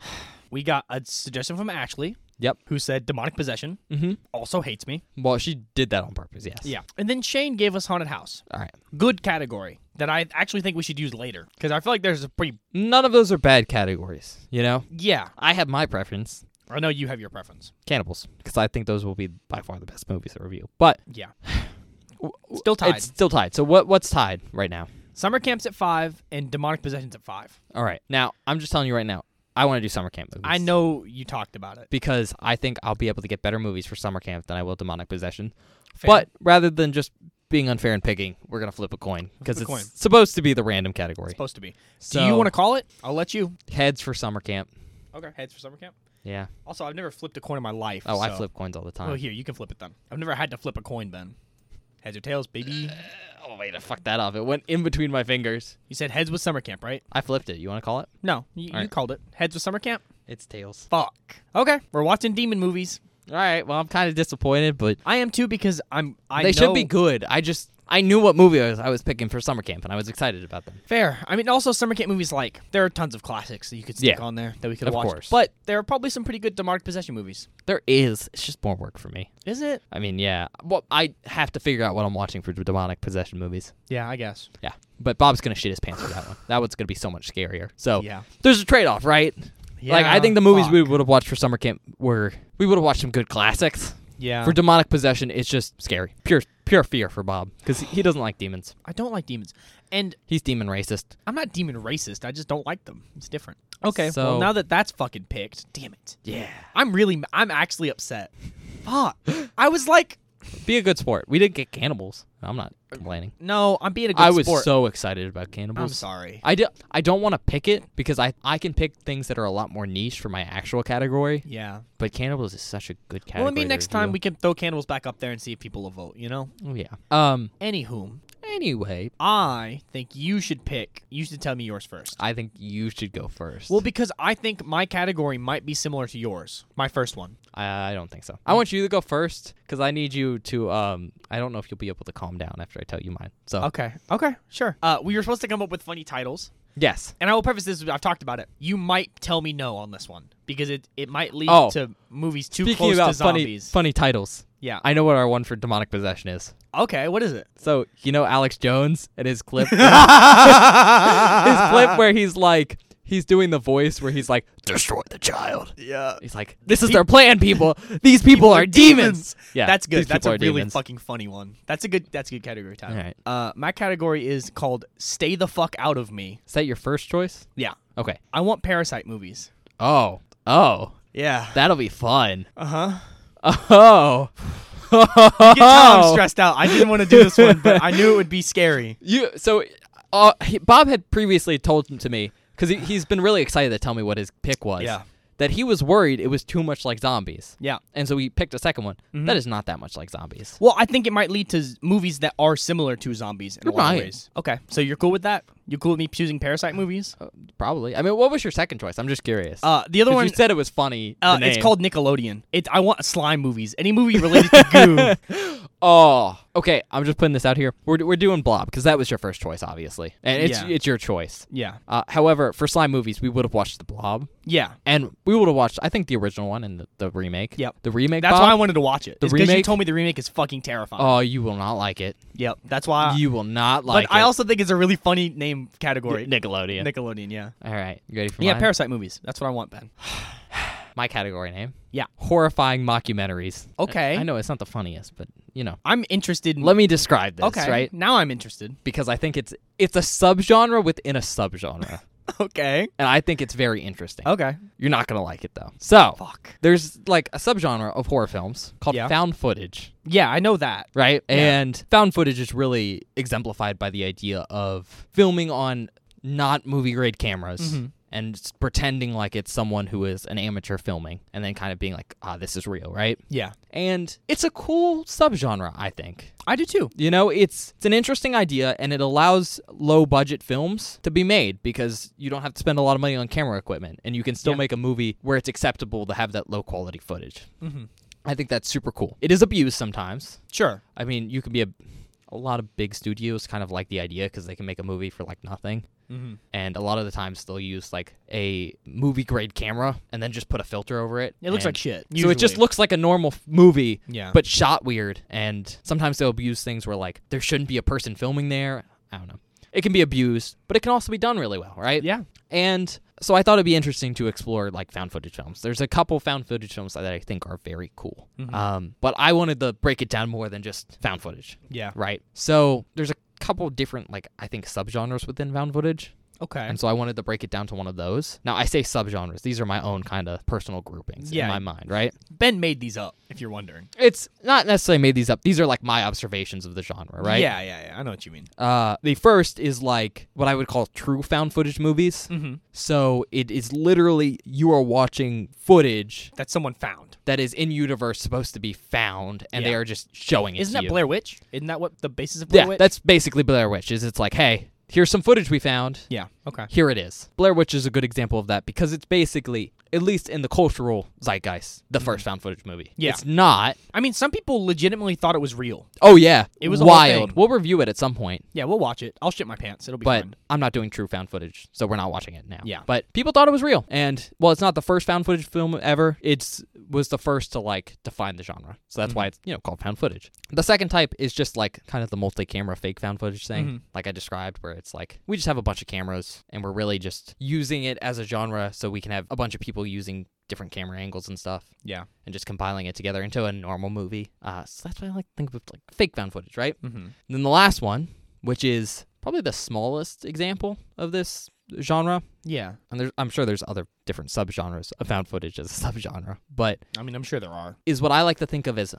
We got a suggestion from Ashley. Yep. Who said demonic possession? Mhm. Also hates me. Well, she did that on purpose. Yes. Yeah. And then Shane gave us haunted house. All right. Good category that I actually think we should use later because I feel like there's a pretty None of those are bad categories. You know, yeah. I have my preference. I know you have your preference. Cannibals, because I think those will be by far the best movies to review. But Yeah. w- w- Still tied. it's still tied. So what what's tied right now? Summer camps at five and demonic possessions at five. All right, now I'm just telling you right now, I want to do summer camp movies. I know you talked about it. because I think I'll be able to get better movies for summer camp than I will demonic possession. Fair. But rather than just being unfair and picking, we're gonna flip a coin because Flip a it's coin. supposed to be the random category. supposed to be. So Do you want to call it? I'll let you. heads for summer camp? Okay, heads for summer camp. Yeah. Also, I've never flipped a coin in my life. Oh, I so- flip coins all the time. Well, here you can flip it then. I've never had to flip a coin, Ben. Heads or tails, baby. oh wait, I fucked that off. It went in between my fingers. You said heads with summer camp, right? I flipped it. You want to call it? No, you, you right. called it heads with summer camp. It's tails. Fuck. Okay, we're watching demon movies. All right. Well, I'm kind of disappointed, but I am too because I'm. I they should be know- good. I just I knew what movie I was, I was picking for summer camp, and I was excited about them. Fair. I mean, also summer camp movies. Like there are tons of classics that you could stick Yeah. on there that we could have Of watched. course. But there are probably some pretty good demonic possession movies. There is it's just more work for me. Is it? I mean, yeah. Well, I have to figure out what I'm watching for demonic possession movies. Yeah, I guess. Yeah, but Bob's gonna shit his pants for that one. That one's gonna be so much scarier. So Yeah. there's a trade off, right? like I Yeah, think the movies we fuck. would have watched for summer camp were we would have watched some good classics. Yeah. For demonic possession, it's just scary, pure pure fear for Bob because he doesn't like demons. I don't like demons, and He's demon racist. I'm not demon racist. I just don't like them. It's different. Okay. So- well, now that that's fucking picked, damn it. Yeah, I'm really. I'm actually upset. Fuck. I was like, be a good sport. We didn't get cannibals. I'm not complaining. no, I'm being a good I was sport. so excited about cannibals. I'm sorry. I, do, I don't want to pick it because I, I can pick things that are a lot more niche for my actual category, yeah. but cannibals is such a good category. Well, I mean, to next time we review. can throw cannibals back up there and see if people will vote. You know. Oh, yeah. Um. Anywho, Anyway, I think you should pick. You should tell me yours first. I think you should go first. Well, because I think my category might be similar to yours. My first one. I, I don't think so. I want you to go first because I need you to. Um. I don't know if you'll be able to calm down after I tell you mine. So Okay. Okay. Sure. Uh, we were supposed to come up with funny titles, yes. and I will preface this. I've talked about it. You might tell me no on this one because it it might lead Oh. to movies too Speaking close to about funny zombies. funny titles, yeah. I know what our one for demonic possession is. okay. What is it? So you know Alex Jones and <laughs> his clip, his clip where he's like, he's doing the voice where he's like, "Destroy the child." Yeah. He's like, "This is their plan, people. These people, are demons." Yeah, that's these good. That's people a are really demons. fucking funny one. That's a good. That's a good category title. All right. Uh, my category is called "Stay the Fuck Out of Me." Is that your first choice? Yeah. Okay. I want Parasite movies. Oh, oh, Yeah. that'll be fun. <laughs> Uh huh. Oh, <laughs> You can tell I'm stressed out. I didn't want to do this one, but I knew it would be scary. You so uh, he, Bob had previously told him to me because he, he's been really excited to tell me what his pick was. Yeah. That he was worried it was too much like zombies. Yeah. And so he picked a second one. Mm-hmm. That is not that much like zombies. Well, I think it might lead to z- movies that are similar to zombies in a It lot of might. ways. Okay, so you're cool with that? You cool with me choosing Parasite movies? Uh, probably. I mean, what was your second choice? I'm just curious. Uh, the other 'Cause one, you said it was funny. the uh, it's name. called Nickelodeon. It, I want slime movies. Any movie related to <laughs> goo. Oh, okay. I'm just putting this out here. We're, we're doing Blob because that was your first choice, obviously, and it's Yeah. it's your choice. Yeah, Uh, however, for slime movies, we would have watched the Blob, yeah. and we would have watched I think the original one and the, the remake. Yep. The remake. That's why I Bob, wanted to watch it. The It's 'cause you remake? told me the remake is fucking terrifying. Oh, you will not like it. yep. That's why. you will not Uh, but like. I it. also think it's a really funny name category. Nickelodeon. Nickelodeon. Yeah. All right, you ready for Yeah. mine? Parasite movies. That's what I want, Ben. My category name. Yeah. Horrifying mockumentaries. Okay. I know it's not the funniest, but you know. I'm interested. in... Let me describe this, okay. right? Now I'm interested. <laughs> Because I think it's it's a subgenre within a subgenre, Okay. and I think it's very interesting. Okay. You're not gonna like it though. So Fuck. there's like a subgenre of horror films called Yeah. found footage, Yeah, I know that. right? And found footage is really exemplified by the idea of filming on not movie grade cameras. Mm-hmm. And s- pretending like it's someone who is an amateur filming, and then kind of being like, ah, this is real, right? Yeah. And it's a cool subgenre, I think. I do too. You know, it's it's an interesting idea and it allows low budget films to be made because you don't have to spend a lot of money on camera equipment and you can still Yeah. make a movie where it's acceptable to have that low quality footage. I think that's super cool. It is abused sometimes. Sure. I mean, you can be a a lot of big studios kind of like the idea because they can make a movie for like nothing. And a lot of the times they'll use like a movie grade camera and then just put a filter over it. It looks and- like shit. so it just looks like a normal f- movie, Yeah. but shot weird. And sometimes they'll abuse things where like there shouldn't be a person filming there. I don't know. It can be abused, but it can also be done really well, right? Yeah. And so I thought it'd be interesting to explore like found footage films. There's a couple found footage films that I think are very cool. Mm-hmm. Uh, Um, but I wanted to break it down more than just found footage, Yeah. right? So there's a couple different like I think subgenres within found footage. Okay. And so I wanted to break it down to one of those. Now I say subgenres. These are my own kind of personal groupings Yeah. in my mind, right? Ben made these up, if you're wondering. It's not necessarily made these up. These are like my observations of the genre, right? Yeah, yeah, yeah. I know what you mean. Uh, the first is like what I would call true found footage movies. Mm. Mm-hmm. So it is literally you are watching footage That someone found. that is in universe supposed to be found, and they Yeah. are just showing it. Isn't to that you. Blair Witch? Isn't that what the basis of Blair Yeah, Witch? that's basically Blair Witch. Is it's like, hey, here's some footage we found. yeah. Okay. Here it is. Blair Witch is a good example of that because it's basically, at least in the cultural zeitgeist, the first found footage movie. Mm-hmm. Yeah. It's not. I mean, some people legitimately thought it was real. Oh yeah, It was a whole wild. thing. We'll review it at some point, Yeah, we'll watch it. I'll shit my pants. It'll be but fun. I'm not doing true found footage, so we're not watching it now. Yeah. but people thought it was real, and well, it's not the first found footage film ever. It's was the first to like define the genre, so Mhm. that's why it's you know called found footage. The second type is just like kind of the multi-camera fake found footage thing, Mhm. like I described, where it's like we just have a bunch of cameras and we're really just using it as a genre, so we can have a bunch of people using different camera angles and stuff Yeah. and just compiling it together into a normal movie. Uh, so that's why I like to think of like fake found footage, right? Mm-hmm. And then the last one, which is probably the smallest example of this genre, Yeah. and there's, I'm sure there's other different subgenres of found footage as a <laughs> subgenre, but I mean, I'm sure there are. is what I like to think of as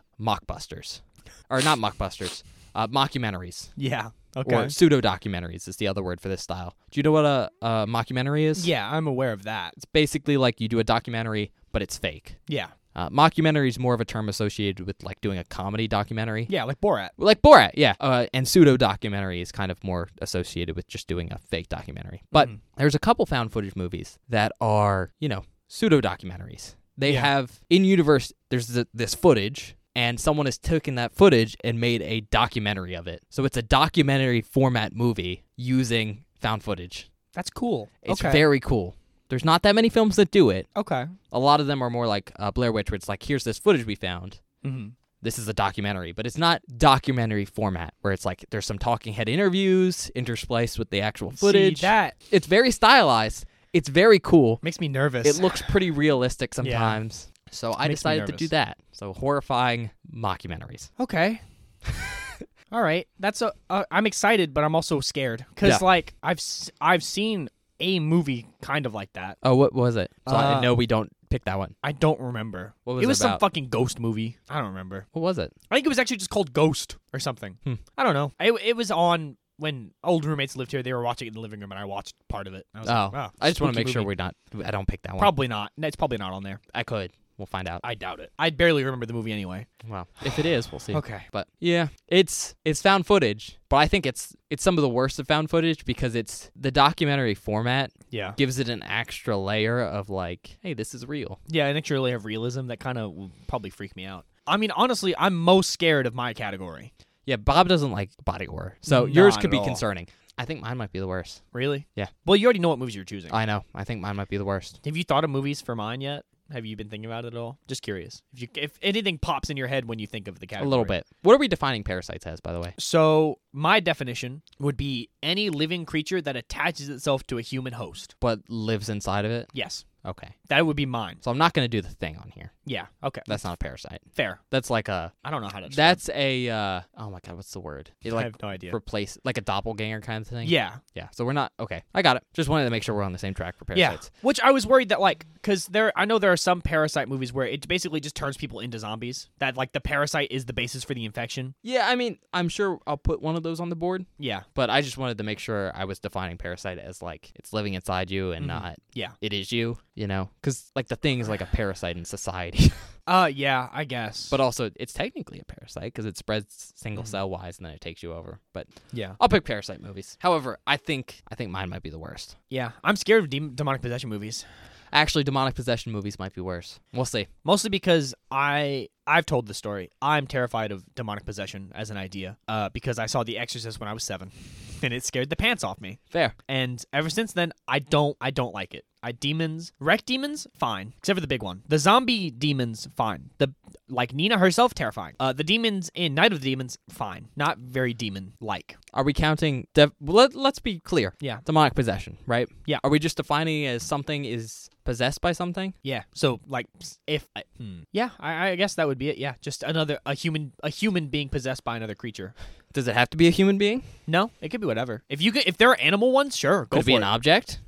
mockbusters, or not mockbusters, uh, mockumentaries. Yeah. Or pseudo documentaries is the other word for this style. Do you know what a, a mockumentary is? yeah, I'm aware of that. It's basically like you do a documentary, but it's fake. Yeah. Uh, mockumentary is more of a term associated with like doing a comedy documentary. Yeah, like Borat. Like Borat, yeah. Uh, and pseudo documentary is kind of more associated with just doing a fake documentary. Mm-hmm. But there's a couple found footage movies that are, you know, pseudo documentaries. They Yeah. have in universe, there's th- this footage, and someone has taken that footage and made a documentary of it. So it's a documentary format movie using found footage. That's cool. It's okay. very cool. There's not that many films that do it. Okay. A lot of them are more like uh, Blair Witch, where it's like, here's this footage we found. Mm-hmm. This is a documentary, but it's not documentary format where it's like there's some talking head interviews interspliced with the actual footage. See, that It's very stylized. It's very cool. makes me nervous. It looks pretty realistic sometimes. So Makes I me decided to do nervous. that. So horrifying mockumentaries. <laughs> Okay. All right. That's a. Uh, I'm excited, but I'm also scared because Yeah. like I've s- I've seen a movie kind of like that. Oh, what was it? So Uh, I know we don't pick that one. I don't remember. What was it it was some about? fucking ghost movie. I don't remember. What was it? Hmm. I think it was actually just called Ghost or something. I don't know. It, it was on when old roommates lived here, they were watching it in the living room, and I watched part of it. I was Oh, like, wow, I just want to spooky make sure movie." we're not. I don't pick that one. probably not. No, It's probably not on there. I could. We'll find out. I doubt it. I barely remember the movie anyway. well, <sighs> if it is, we'll see. Okay. But yeah, it's it's found footage, but I think it's it's some of the worst of found footage because it's the documentary format Yeah. gives it an extra layer of like, hey, this is real. Yeah, an extra layer of realism that kind of will probably freak me out. I mean, honestly, I'm most scared of my category. Yeah, Bob doesn't like body horror, so yours Not could at be all. concerning. I think mine might be the worst. Really? Yeah. Well, you already know what movies you're choosing. I know. I think mine might be the worst. Have you thought of movies for mine yet? Have you been thinking about it at all? Just curious. If you, if anything pops in your head when you think of the A category, little bit. What are we defining parasites as, by the way? So my definition would be any living creature that attaches itself to a human host. What lives inside of it? Yes, Okay. that would be mine. So I'm not gonna do the thing on here. Yeah. Okay. That's not a parasite. fair. That's like a I don't know how to. describe that's a uh oh my god, what's the word? It it. I like have no idea. replace like a doppelganger kind of thing. yeah. Yeah. So we're not okay. I got it. Just wanted to make sure we're on the same track for Yeah, parasites. which I was worried that like because there I know there are some parasite movies where it basically just turns people into zombies. That like the parasite is the basis for the infection. Yeah. I mean, I'm sure I'll put one of those on the board, Yeah, but I just wanted to make sure I was defining parasite as like it's living inside you and Mhm. not yeah. it is you. You know, because like the thing is like a parasite <laughs> in society, Uh, yeah, I guess. but also it's technically a parasite because it spreads single Mm-hmm. cell wise and then it takes you over. But yeah, I'll pick parasite movies. However, I think I think mine might be the worst. yeah. I'm scared of dem demonic possession movies, Actually, demonic possession movies might be worse. We'll see. mostly because I I've told the story. I'm terrified of demonic possession as an idea. Uh, because I saw The Exorcist when I was seven, <laughs> and it scared the pants off me. Fair. and ever since then i don't i don't like it i demons wreck demons fine except for the big one the zombie demons fine the like nina herself terrifying uh the demons in night of the demons fine not very demon like Are we counting? Dev- let, let's be clear. Yeah. Demonic possession, right? Yeah. Are we just defining it as something is possessed by something? yeah so like s- if I, hmm. yeah I, I guess that would be it yeah just another a human a human being possessed by another creature Does it have to be a human being? no it could be whatever if you could if there are animal ones sure go Could it be for an it. object?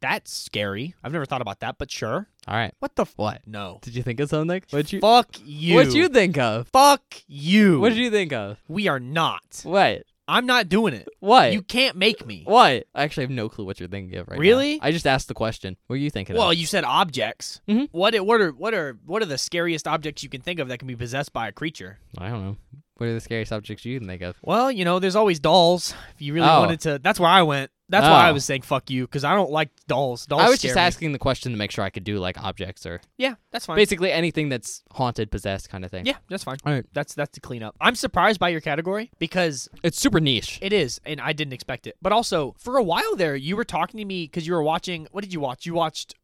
that's scary i've never thought about that but sure All right. what the f- What? no Did you think of something? What'd you? fuck you What'd you think of? fuck you What'd you think of? we are not What? I'm not doing it. What? You can't make me. What? I actually have no clue what you're thinking of right now. Really? I just asked the question. What are you thinking Well, of? you said objects. Mhm. What what are what are what are the scariest objects you can think of that can be possessed by a creature? I don't know. What are the scariest objects you can think of? Well, you know, there's always dolls. If you really Oh. wanted to, that's where I went. That's why I Oh. was saying fuck you because I don't like dolls. Dolls. I was scare just me. asking the question to make sure I could do like objects or Yeah, that's fine. basically anything that's haunted, possessed kind of thing. Yeah, that's fine. All right. That's that's to clean up. I'm surprised by your category because It's super niche. it is, and I didn't expect it. But also, for a while there, you were talking to me because you were watching. What did you watch? You watched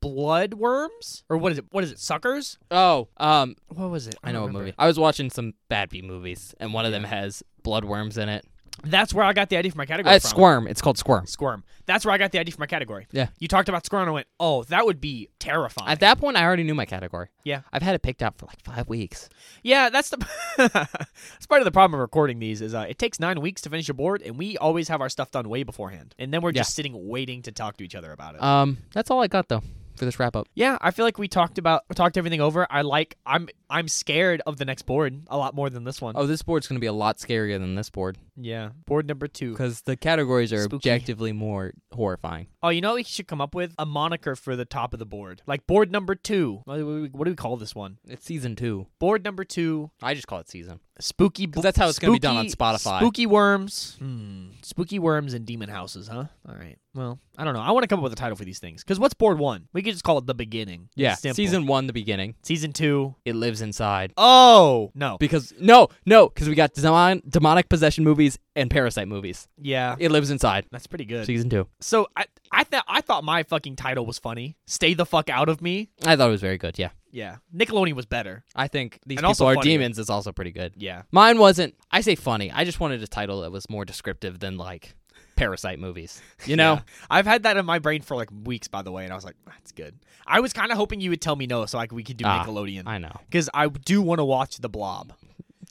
Bloodworms, or what is it? What is it? Suckers? Oh, um, What was it? I don't know a remember. movie. I was watching some bad B movies, and one of them has bloodworms in it. That's where I got the idea for my category. Uh, from. squirm. It's called squirm. Squirm. That's where I got the idea for my category. Yeah. You talked about squirm and I went, oh, that would be terrifying. At that point, I already knew my category. Yeah. I've had it picked out for like five weeks. yeah, that's the <laughs> that's part of the problem of recording these is uh, it takes nine weeks to finish a board, and we always have our stuff done way beforehand, and then we're just sitting waiting to talk to each other about it. Um, that's all I got though for this wrap up. yeah, I feel like we talked about talked everything over. I like I'm I'm scared of the next board a lot more than this one. Oh, this board's gonna be a lot scarier than this board Yeah, board number two. because the categories are Spooky. objectively more horrifying. Oh, you know what we should come up with a moniker for the top of the board, like board number two. What do we, what do we call this one? It's season two. Board number two. I just call it season. Spooky. Because that's how it's gonna be done on Spotify. Spooky worms. Hmm. Spooky worms and demon houses, huh? All right. Well, I don't know. I want to come up with a title for these things. Because what's board one? We could just call it the beginning. Yeah, It's simple. season one, the beginning. season two. It lives inside. Oh no. Because no, no, because we got demon, demonic possession movies and parasite movies. yeah. It lives inside. That's pretty good. Season two. so I I thought I thought my fucking title was funny. Stay the fuck out of me. I thought it was very good. Yeah. Yeah. Nickelodeon was better. I think these And people also are funny. demons is also pretty good. Yeah. Mine wasn't. I say funny. I just wanted a title that was more descriptive than like parasite movies. You know? <laughs> Yeah. I've had that in my brain for like weeks, by the way, and I was like, that's good. I was kind of hoping you would tell me no, so like we could do Ah, Nickelodeon I know. because I do want to watch The Blob.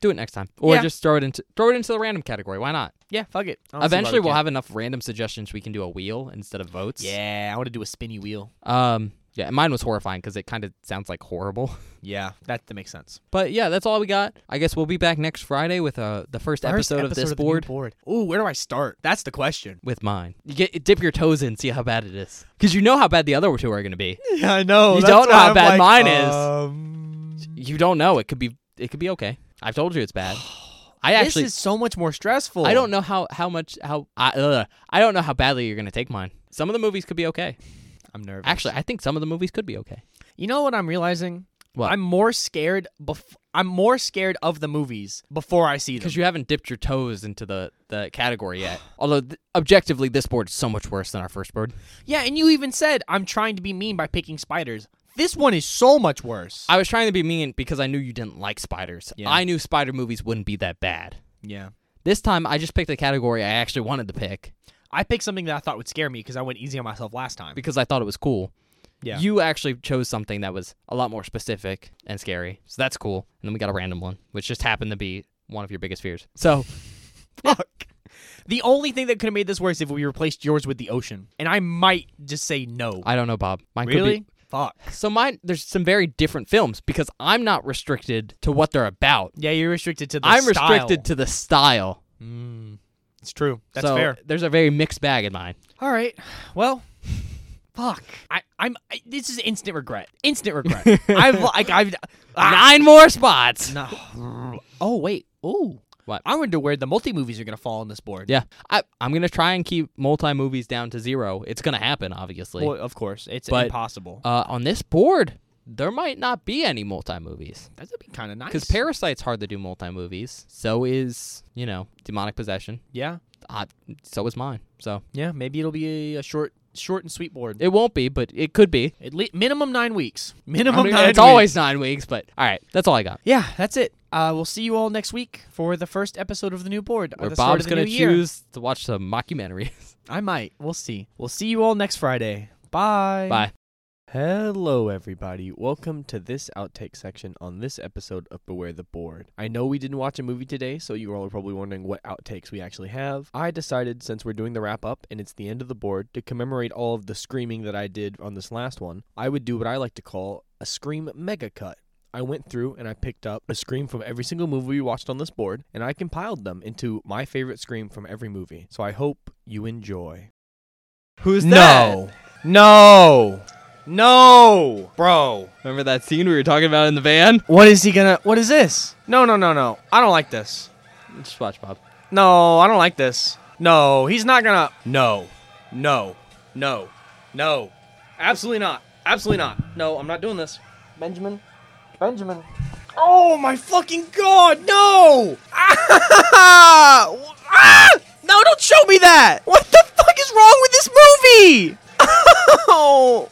Do it next time, or Yeah. just throw it into throw it into the random category. Why not? Yeah, fuck it. I don't see why Eventually, we we'll can't. have enough random suggestions we can do a wheel instead of votes. Yeah, I want to do a spinny wheel. Um. Yeah, and mine was horrifying because it kind of sounds like horrible. <laughs> Yeah, that, that makes sense. But yeah, that's all we got. I guess we'll be back next Friday with uh, the first, episode, of this the new board board. Ooh, where do I start? That's the question. with mine. You get dip your toes in, see how bad it is, because you know how bad the other two are going <laughs> to be. <laughs> Yeah, I know. You don't know how bad mine is. is. You don't know. It could be. It could be okay. I've told you <sighs> it's bad. I actually. this is so much more stressful. I don't know how how much how I uh, I don't know how badly you're going to take mine. Some of the movies could be okay. I'm nervous. Actually, I think some of the movies could be okay. you know what I'm realizing? What? I'm more scared. Bef- I'm more scared of the movies before I see them. Because you haven't dipped your toes into the, the category yet. Although, th- objectively, this board is so much worse than our first board. yeah, and you even said I'm trying to be mean by picking spiders. This one is so much worse. I was trying to be mean because I knew you didn't like spiders. Yeah. I knew spider movies wouldn't be that bad. yeah. This time, I just picked a category I actually wanted to pick I picked something that I thought would scare me because I went easy on myself last time. because I thought it was cool. Yeah. You actually chose something that was a lot more specific and scary. So that's cool. And then we got a random one, which just happened to be one of your biggest fears. So, Fuck. <laughs> The only thing that could have made this worse if we replaced yours with the ocean. And I might just say no. I don't know, Bob. Mine could be really? Fuck. So mine, there's some very different films because I'm not restricted to what they're about. Yeah, you're restricted to the I'm style. restricted to the style. Mm, it's true. That's So fair. There's a very mixed bag in mine. All right. Well, fuck. I, I'm. I, this is instant regret. Instant <laughs> regret. I've like I've. Ah, Nine more spots. no. Oh wait. Oh. What? I wonder where the multi movies are gonna fall on this board. Yeah, I, I'm gonna try and keep multi movies down to zero. It's gonna happen, obviously. Well, of course, it's But- impossible. uh, on this board, there might not be any multi movies That'd be kind of nice. because Parasite's hard to do multi movies. So is you know Demonic Possession. yeah, Uh, so is mine. So yeah. Maybe it'll be a, a short, short and sweet board. it won't be, but it could be. At least minimum nine weeks. I Minimum mean, nine. it's weeks. always nine weeks, but all right, that's all I got. Yeah, that's it. Uh, we'll see you all next week for the first episode of the new board. uh, where the start Bob's of the gonna new year. choose to watch some <laughs> mockumentaries. I might. We'll see. We'll see you all next Friday. Bye. Bye. Hello, everybody. Welcome to this outtake section on this episode of Beware the Board. I know we didn't watch a movie today, so you all are probably wondering what outtakes we actually have. I decided, since we're doing the wrap up and it's the end of the board, to commemorate all of the screaming that I did on this last one, I would do what I like to call a scream mega cut. I went through and I picked up a scream from every single movie we watched on this board, and I compiled them into my favorite scream from every movie. So I hope you enjoy. Who's No. No. No. Bro. Remember that scene we were talking about in the van? What is he gonna what is this? No no no no. I don't like this. Just watch Bob. No, I don't like this. No, he's not gonna No. No. No. No. Absolutely not. Absolutely not. No, I'm not doing this. Benjamin. Benjamin. Oh my fucking god, no! Ah! <laughs> Ah! No, don't show me that! What the fuck is wrong with this movie? <laughs> Oh,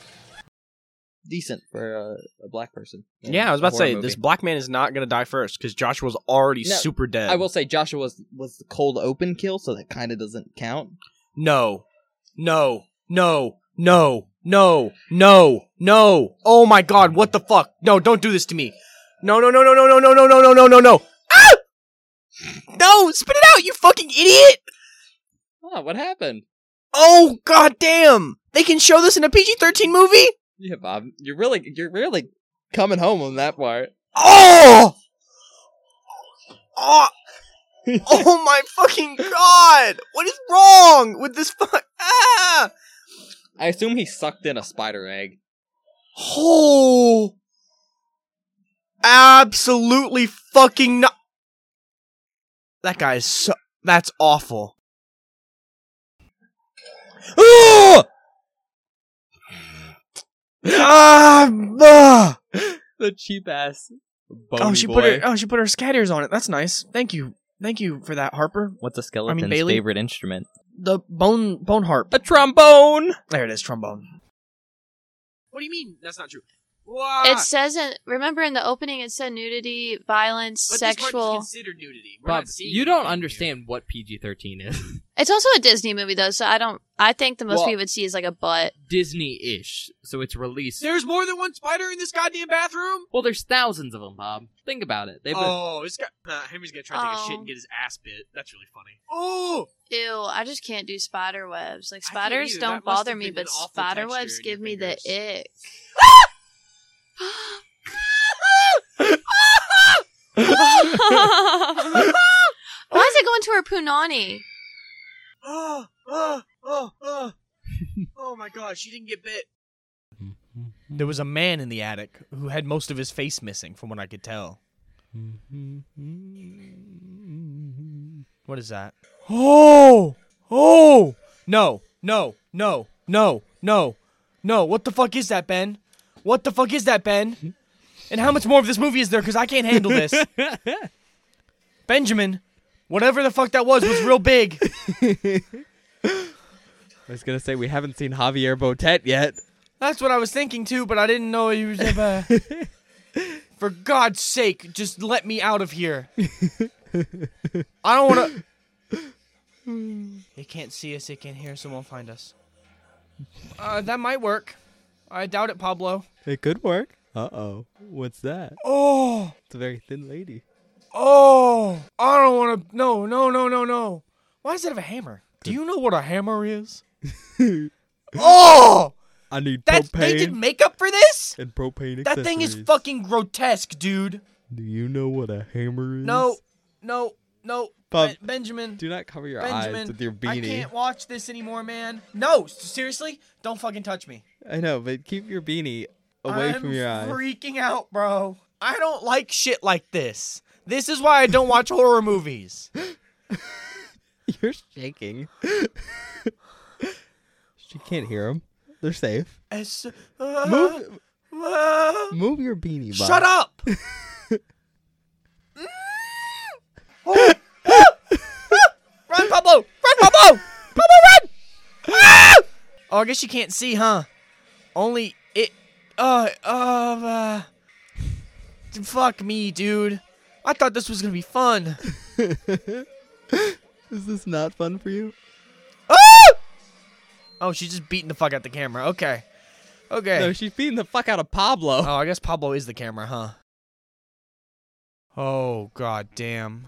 decent for a, a black person. in Yeah, I was about a to horror say movie. this black man is not gonna die first because Joshua's already No, super dead. I will say Joshua was was the cold open kill, so that kind of doesn't count. No, no, no, no, no, no, no. Oh my god, what the fuck? No, don't do this to me. No, no, no, no, no, no, no, no, no, no, no, no, no. Ah! No, spit it out, you fucking idiot! Ah, Oh, what happened? Oh god damn! They can show this in a PG-13 movie? Yeah, Bob, you're really you're really coming home on that part. Oh! <laughs> Oh! oh my fucking god! What is wrong with this fuck? Ah! I assume he sucked in a spider egg. Oh, absolutely fucking no- That guy is so. That's awful. Ah! Ah, ah! The cheap ass. Oh, she put her. Oh, she put her scatters on it. That's nice. Thank you. Thank you for that, Harper. What's a I skeleton's mean, Bailey? favorite instrument? The bone bone harp. A trombone. There it is, trombone. What do you mean? That's not true. It says in remember in the opening it said nudity, violence, sexual. considered nudity. Bob, you don't understand what PG thirteen is. It's also a Disney movie though, so I don't. I think the most Well- we would see is like a butt. Disney ish, so it's released. There's more than one spider in this goddamn bathroom. well, there's thousands of them, Bob. Think about it. They've been- Oh, this guy uh, Henry's gonna try to take a shit Oh. and get his ass bit. That's really funny. Oh, Ew, I just can't do spider webs. Like I can't spiders either. don't That must bother have me, been an but awful spider texture webs in give your me the fingers. ick. <laughs> Why is it going to her punani? oh, oh, oh, oh. oh my god, she didn't get bit. There was a man in the attic who had most of his face missing, from what I could tell. What is that? Oh! Oh! No, no, no, no, no, no. What the fuck is that, Ben? What the fuck is that, Ben? And how much more of this movie is there? Because I can't handle <laughs> this. Benjamin, whatever the fuck that was, was real big. I was gonna say we haven't seen Javier Botet yet. That's what I was thinking too, but I didn't know he was. Uh, <laughs> for God's sake, just let me out of here. I don't want to. They can't see us. They can't hear us. They won't find us. Uh, that might work. I doubt it, Pablo. It could work. Uh oh. What's that? Oh, It's a very thin lady. oh! I don't want to. No, no, no, no, no. Why does it have a hammer? Do you know what a hammer <laughs> is? oh, I need that they did makeup for this. and propane That thing is fucking grotesque, dude. Do you know what a hammer is? No, no, no. Pub- Ben- Benjamin. Do not cover your eyes Benjamin. with your I beanie. can't watch this anymore, man. No, s- seriously? Don't fucking touch me. I, know, but keep your beanie away I'm from your eyes. freaking out, bro. I don't like shit like this. This is why I don't watch horror <laughs> movies. You're shaking. <laughs> she can't hear them. They're safe. Es- Move, Ah. move your beanie. Bob. <laughs> Shut up! run, Pablo! Run, Pablo! Pablo, run! Ah! Oh, I guess you can't see, huh? Only it. Uh, uh, uh. Fuck me, dude. I thought this was gonna be fun. <laughs> Is this not fun for you? Ah! Oh, she's just beating the fuck out the camera. Okay. Okay. No, she's beating the fuck out of Pablo. Oh, I guess Pablo is the camera, huh? Oh, god damn.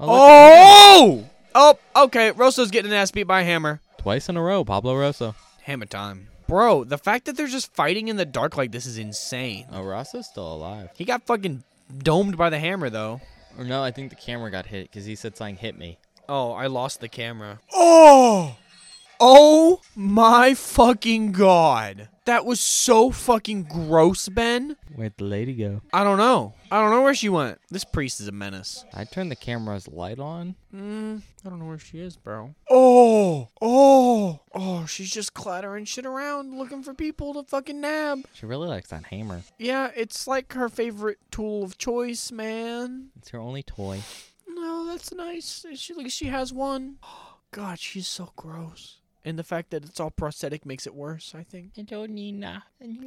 Oh! Oh, okay. Rosso's getting an ass beat by a hammer. Twice in a row, Pablo Rosso. Hammer time. Bro, the fact that they're just fighting in the dark like this is insane. Oh, Rosso's still alive. He got fucking domed by the hammer, though. Or no, I think the camera got hit because he said something hit me. Oh, I lost the camera. Oh! Oh my fucking god. That was so fucking gross, Ben. Where'd the lady go? I don't know. I don't know where she went. This priest is a menace. I turned the camera's light on. Mm, I don't know where she is, bro. Oh, oh, oh! She's just clattering shit around, looking for people to fucking nab. She really likes that hammer. Yeah, it's like her favorite tool of choice, man. It's her only toy. No, that's nice. She like she has one. <gasps> God, she's so gross. And the fact that it's all prosthetic makes it worse, I think. I don't need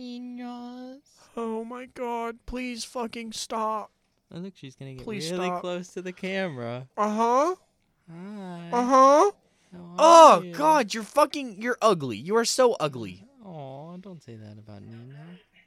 Nina. Oh my god, please fucking stop. Oh, look, she's gonna get Please really stop. close to the camera. Uh-huh. Hi. Uh-huh. how are Oh you? god, you're fucking you're ugly. You are so ugly. Aw, don't say that about Nina.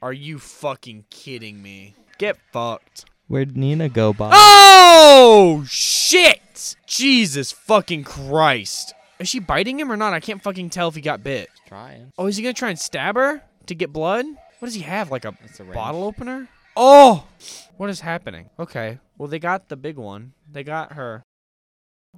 Are you fucking kidding me? Get fucked. Where'd Nina go, Bob? Oh shit! Jesus fucking Christ. Is she biting him or not? I can't fucking tell if he got bit. Trying. Oh, is he gonna try and stab her to get blood? What does he have? Like a It's a wrench. bottle opener? Oh! What is happening? Okay. Well, they got the big one. They got her.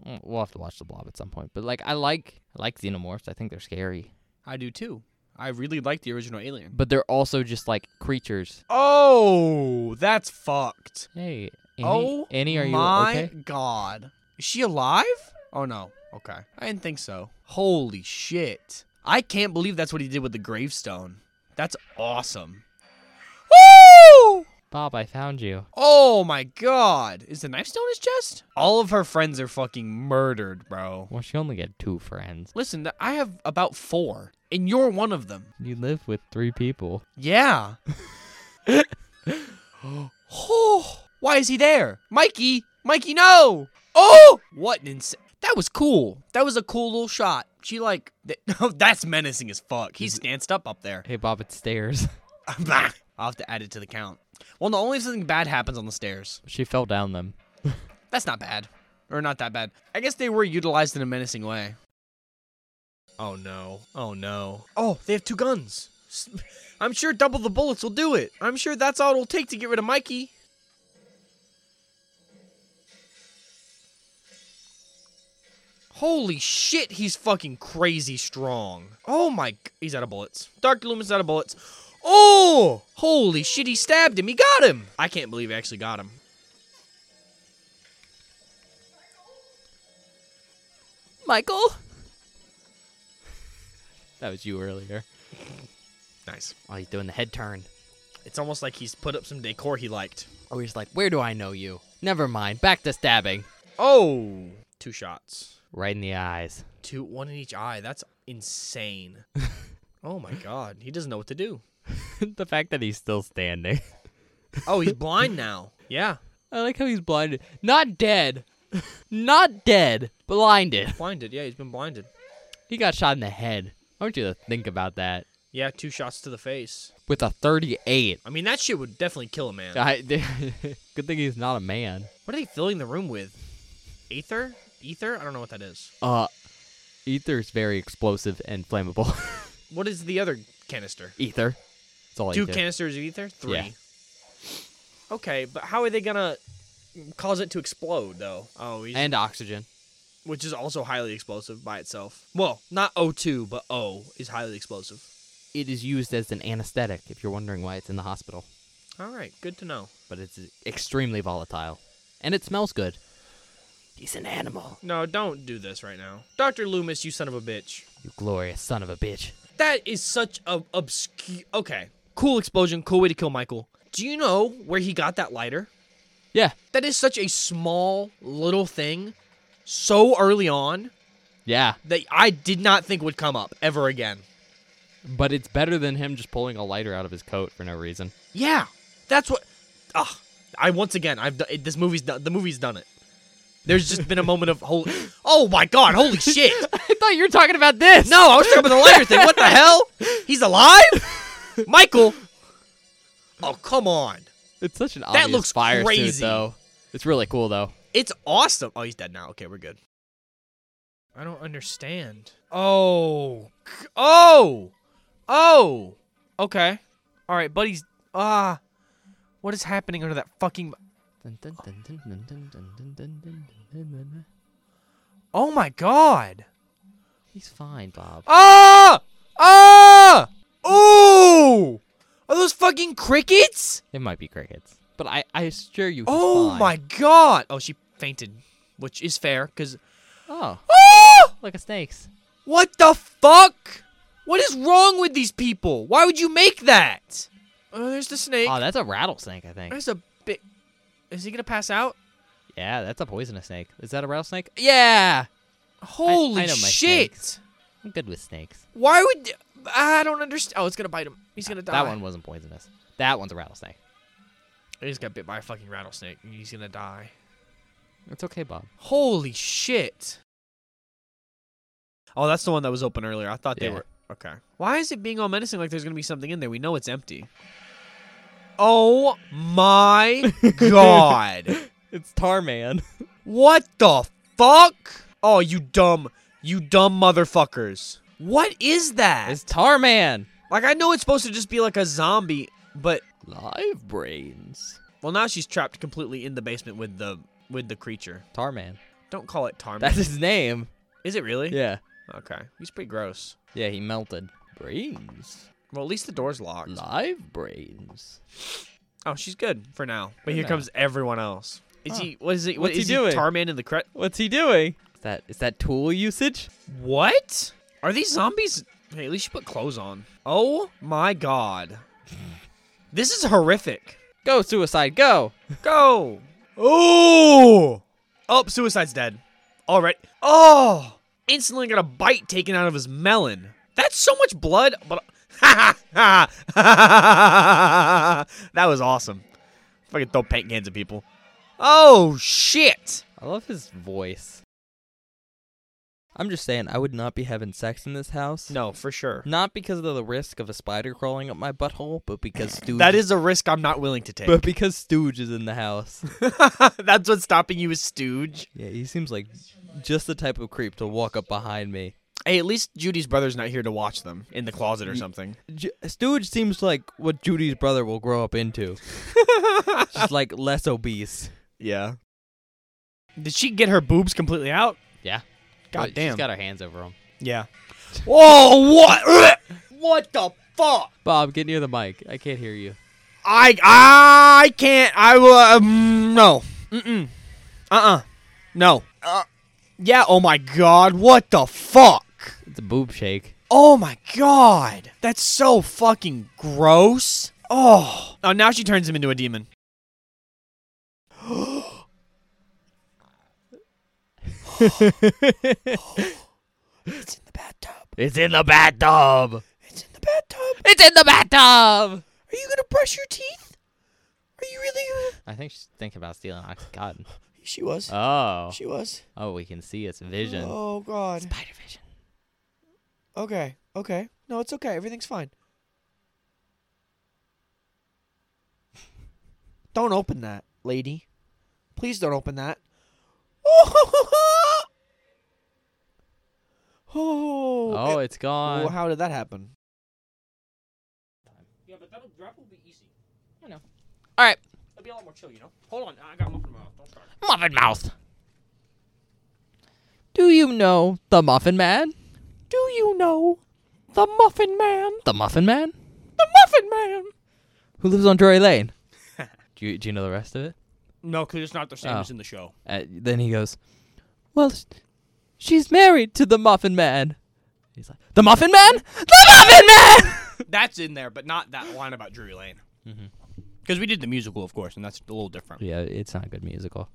Mm, We'll have to watch the blob at some point. But like, I like I like xenomorphs. I think they're scary, I do too. I really like the original Alien. but they're also just like creatures. Oh, that's fucked. Hey, Annie, oh, Annie, are you my okay? God, is she alive? Oh no. Okay, I didn't think so. Holy shit! I can't believe that's what he did with the gravestone. That's awesome. Woo! Bob, I found you. Oh my god. Is the knife still in his chest? All of her friends are fucking murdered, bro. Well, she only got two friends. Listen, th- I have about four, and you're one of them. You live with three people. Yeah. <gasps> oh, why is he there? Mikey! Mikey, no! Oh! What an ins- That was cool. That was a cool little shot. She like, <laughs> th- that's menacing as fuck. He stanced up up there. <laughs> Hey, Bob, it's stairs. <laughs> I'll have to add it to the count. Well, no, only if something bad happens on the stairs. she fell down them. That's not bad. Or not that bad. I guess they were utilized in a menacing way. Oh no. Oh no. Oh, they have two guns. S- <laughs> I'm sure double the bullets will do it. I'm sure that's all it'll take to get rid of Mikey. Holy shit, he's fucking crazy strong. Oh my, g- he's out of bullets. Dr. Loomis is out of bullets. Oh, holy shit, he stabbed him. He got him. I can't believe he actually got him. Michael. That was you earlier. Nice. Oh, he's doing the head turn. It's almost like he's put up some decor he liked. Oh, he's like, where do I know you? Never mind. Back to stabbing. Oh, two shots. Right in the eyes. <laughs> Two, one in each eye. That's <laughs> insane. oh my god, he doesn't know what to do. the fact that he's still standing. <laughs> Oh, he's blind now. Yeah, I like how he's blinded. Not dead. <laughs> Not dead. Blinded. blinded. Yeah, he's been blinded. He got shot in the head. I want you to think about that. Yeah, two shots to the face. With a 38. I mean, that shit would definitely kill a man. I, <laughs> good thing he's not a man. What are they filling the room with? Ether? Ether? I don't know what that is. Uh, ether is very explosive and flammable. <laughs> What is the other canister? ether. That's all Two ether. canisters of ether? Three. Yeah. Okay, but how are they gonna cause it to explode though? Oh, he's, and oxygen. which is also highly explosive by itself. Well, not O2, but O is highly explosive. It is used as an anesthetic. If you're wondering why it's in the hospital, All right, good to know. but it's extremely volatile, and it smells good. He's an animal. No, don't do this right now. Dr. Loomis, you son of a bitch. You glorious son of a bitch. That is such a obscure. Okay, cool explosion, cool way to kill Michael. Do you know where he got that lighter? Yeah. That is such a small little thing, so early on Yeah. that I did not think would come up ever again. But it's better than him just pulling a lighter out of his coat for no reason. Yeah, that's what. Ah, I once again, I've done, this movie's done. The movie's done it. There's just been a moment of holy. <laughs> Oh my god, holy shit! <laughs> I thought you were talking about this. No, I was talking about the lighter thing. What the hell? He's alive, Michael. Oh come on, It's such an obvious looks fire crazy. suit, though. It's really cool, though. it's awesome. Oh, he's dead now. Okay, we're good. I don't understand. Oh, c- oh, oh. Okay, all right, buddy's ah. what is happening under that fucking? Oh my god. He's fine, Bob. Ah! Ah! Ooh! Are those fucking crickets? It might be crickets, but I, I assure you. He's Oh fine. my god! Oh, she fainted, which is fair, because. Oh, Ah! like a snake's. What the fuck? What is wrong with these people? Why would you make that? Oh, there's the snake. Oh, that's a rattlesnake, I think. There's a bit. Is he gonna pass out? Yeah, that's a poisonous snake. Is that a rattlesnake? Yeah, Holy know my shit! snakes. I'm good with snakes. Why would. I don't understand. Oh, it's gonna bite him. He's gonna die. That one wasn't poisonous. That one's a rattlesnake. He just got bit by a fucking rattlesnake and he's gonna die. It's okay, Bob. Holy shit. Oh, that's the one that was open earlier. I thought they Yeah. were. Okay. Why is it being all menacing like there's going to be something in there? We know it's empty. Oh <laughs> my god. <laughs> It's Tarman. What the fuck? Oh, you dumb, you dumb motherfuckers. What is that? <laughs> It's Tarman. like, I know it's supposed to just be like a zombie, but. Live brains. Well, now she's trapped completely in the basement with the with the creature. Tarman. Don't call it Tarman. That's his <laughs> name. Is it really? Yeah. Okay. He's pretty gross. Yeah, he melted. Brains. Well, at least the door's locked. Live brains. Oh, she's good for now. But For here now. comes everyone else. Is Huh. he? What is he? What's is he doing? Tarman in the cre- What's he doing? Is that is that tool usage? What? Are these zombies? Hey, at least she put clothes on. Oh my god, this is horrific. Go suicide, go. Go. Oh. Oh, suicide's dead. All right. Oh, instantly got a bite taken out of his melon. That's so much blood. But <laughs> that was awesome. Fucking throw paint cans at people. Oh shit. I love his voice. I'm just saying, I would not be having sex in this house. No, for sure. Not because of the risk of a spider crawling up my butthole, but because Stooge. That is a risk I'm not willing to take. <laughs> <laughs> But because Stooge is in the house. That's what's stopping you, is Stooge. yeah, he seems like just the type of creep to walk up behind me. Hey, at least Judy's brother's not here to watch them in the closet or something. J- Stooge seems like what Judy's brother will grow up into. Just like less obese. Yeah. Did she get her boobs completely out? Yeah. But God damn. She's got her hands over him. <laughs> yeah. Whoa! What? <laughs> what the fuck? Bob, get near the mic. I can't hear you. I I can't. I will. Um, no. Mm. Uh. Uh. No. Uh, yeah. Oh my god. What the fuck? It's a boob shake. Oh my god. That's so fucking gross. Oh. Oh. Now she turns him into a demon. It's in the bathtub. it's in the bathtub. It's in the bathtub. It's in the bathtub. Are you gonna brush your teeth? Are you really? I think she's thinking about stealing Oxycontin. She was. Oh. she was. Oh, we can see its vision. Oh god. Spider vision. Okay. Okay. No, it's okay. Everything's fine. Don't open that, lady. Please don't open that. <laughs> Oh. Oh, it- it's gone. well, how did that happen? Yeah, but that'll drop will be easy. I know. All right. It'll be a lot more chill, you know. Hold on, I got muffin mouth. Don't start. Muffin Mouth. Do you know the Muffin Man? Do you know the Muffin Man? The Muffin Man? The Muffin Man. Who lives on Drury Lane? <laughs> do, you, do you know the rest of it? No, because it's not the same Oh. as in the show. Uh, then he goes, Well, sh- she's married to the Muffin Man. He's like, The Muffin Man? The Muffin Man! <laughs> That's in there, but not that line about Drury Lane. Because we did the musical, of course, and that's a little different. yeah, it's not a good musical.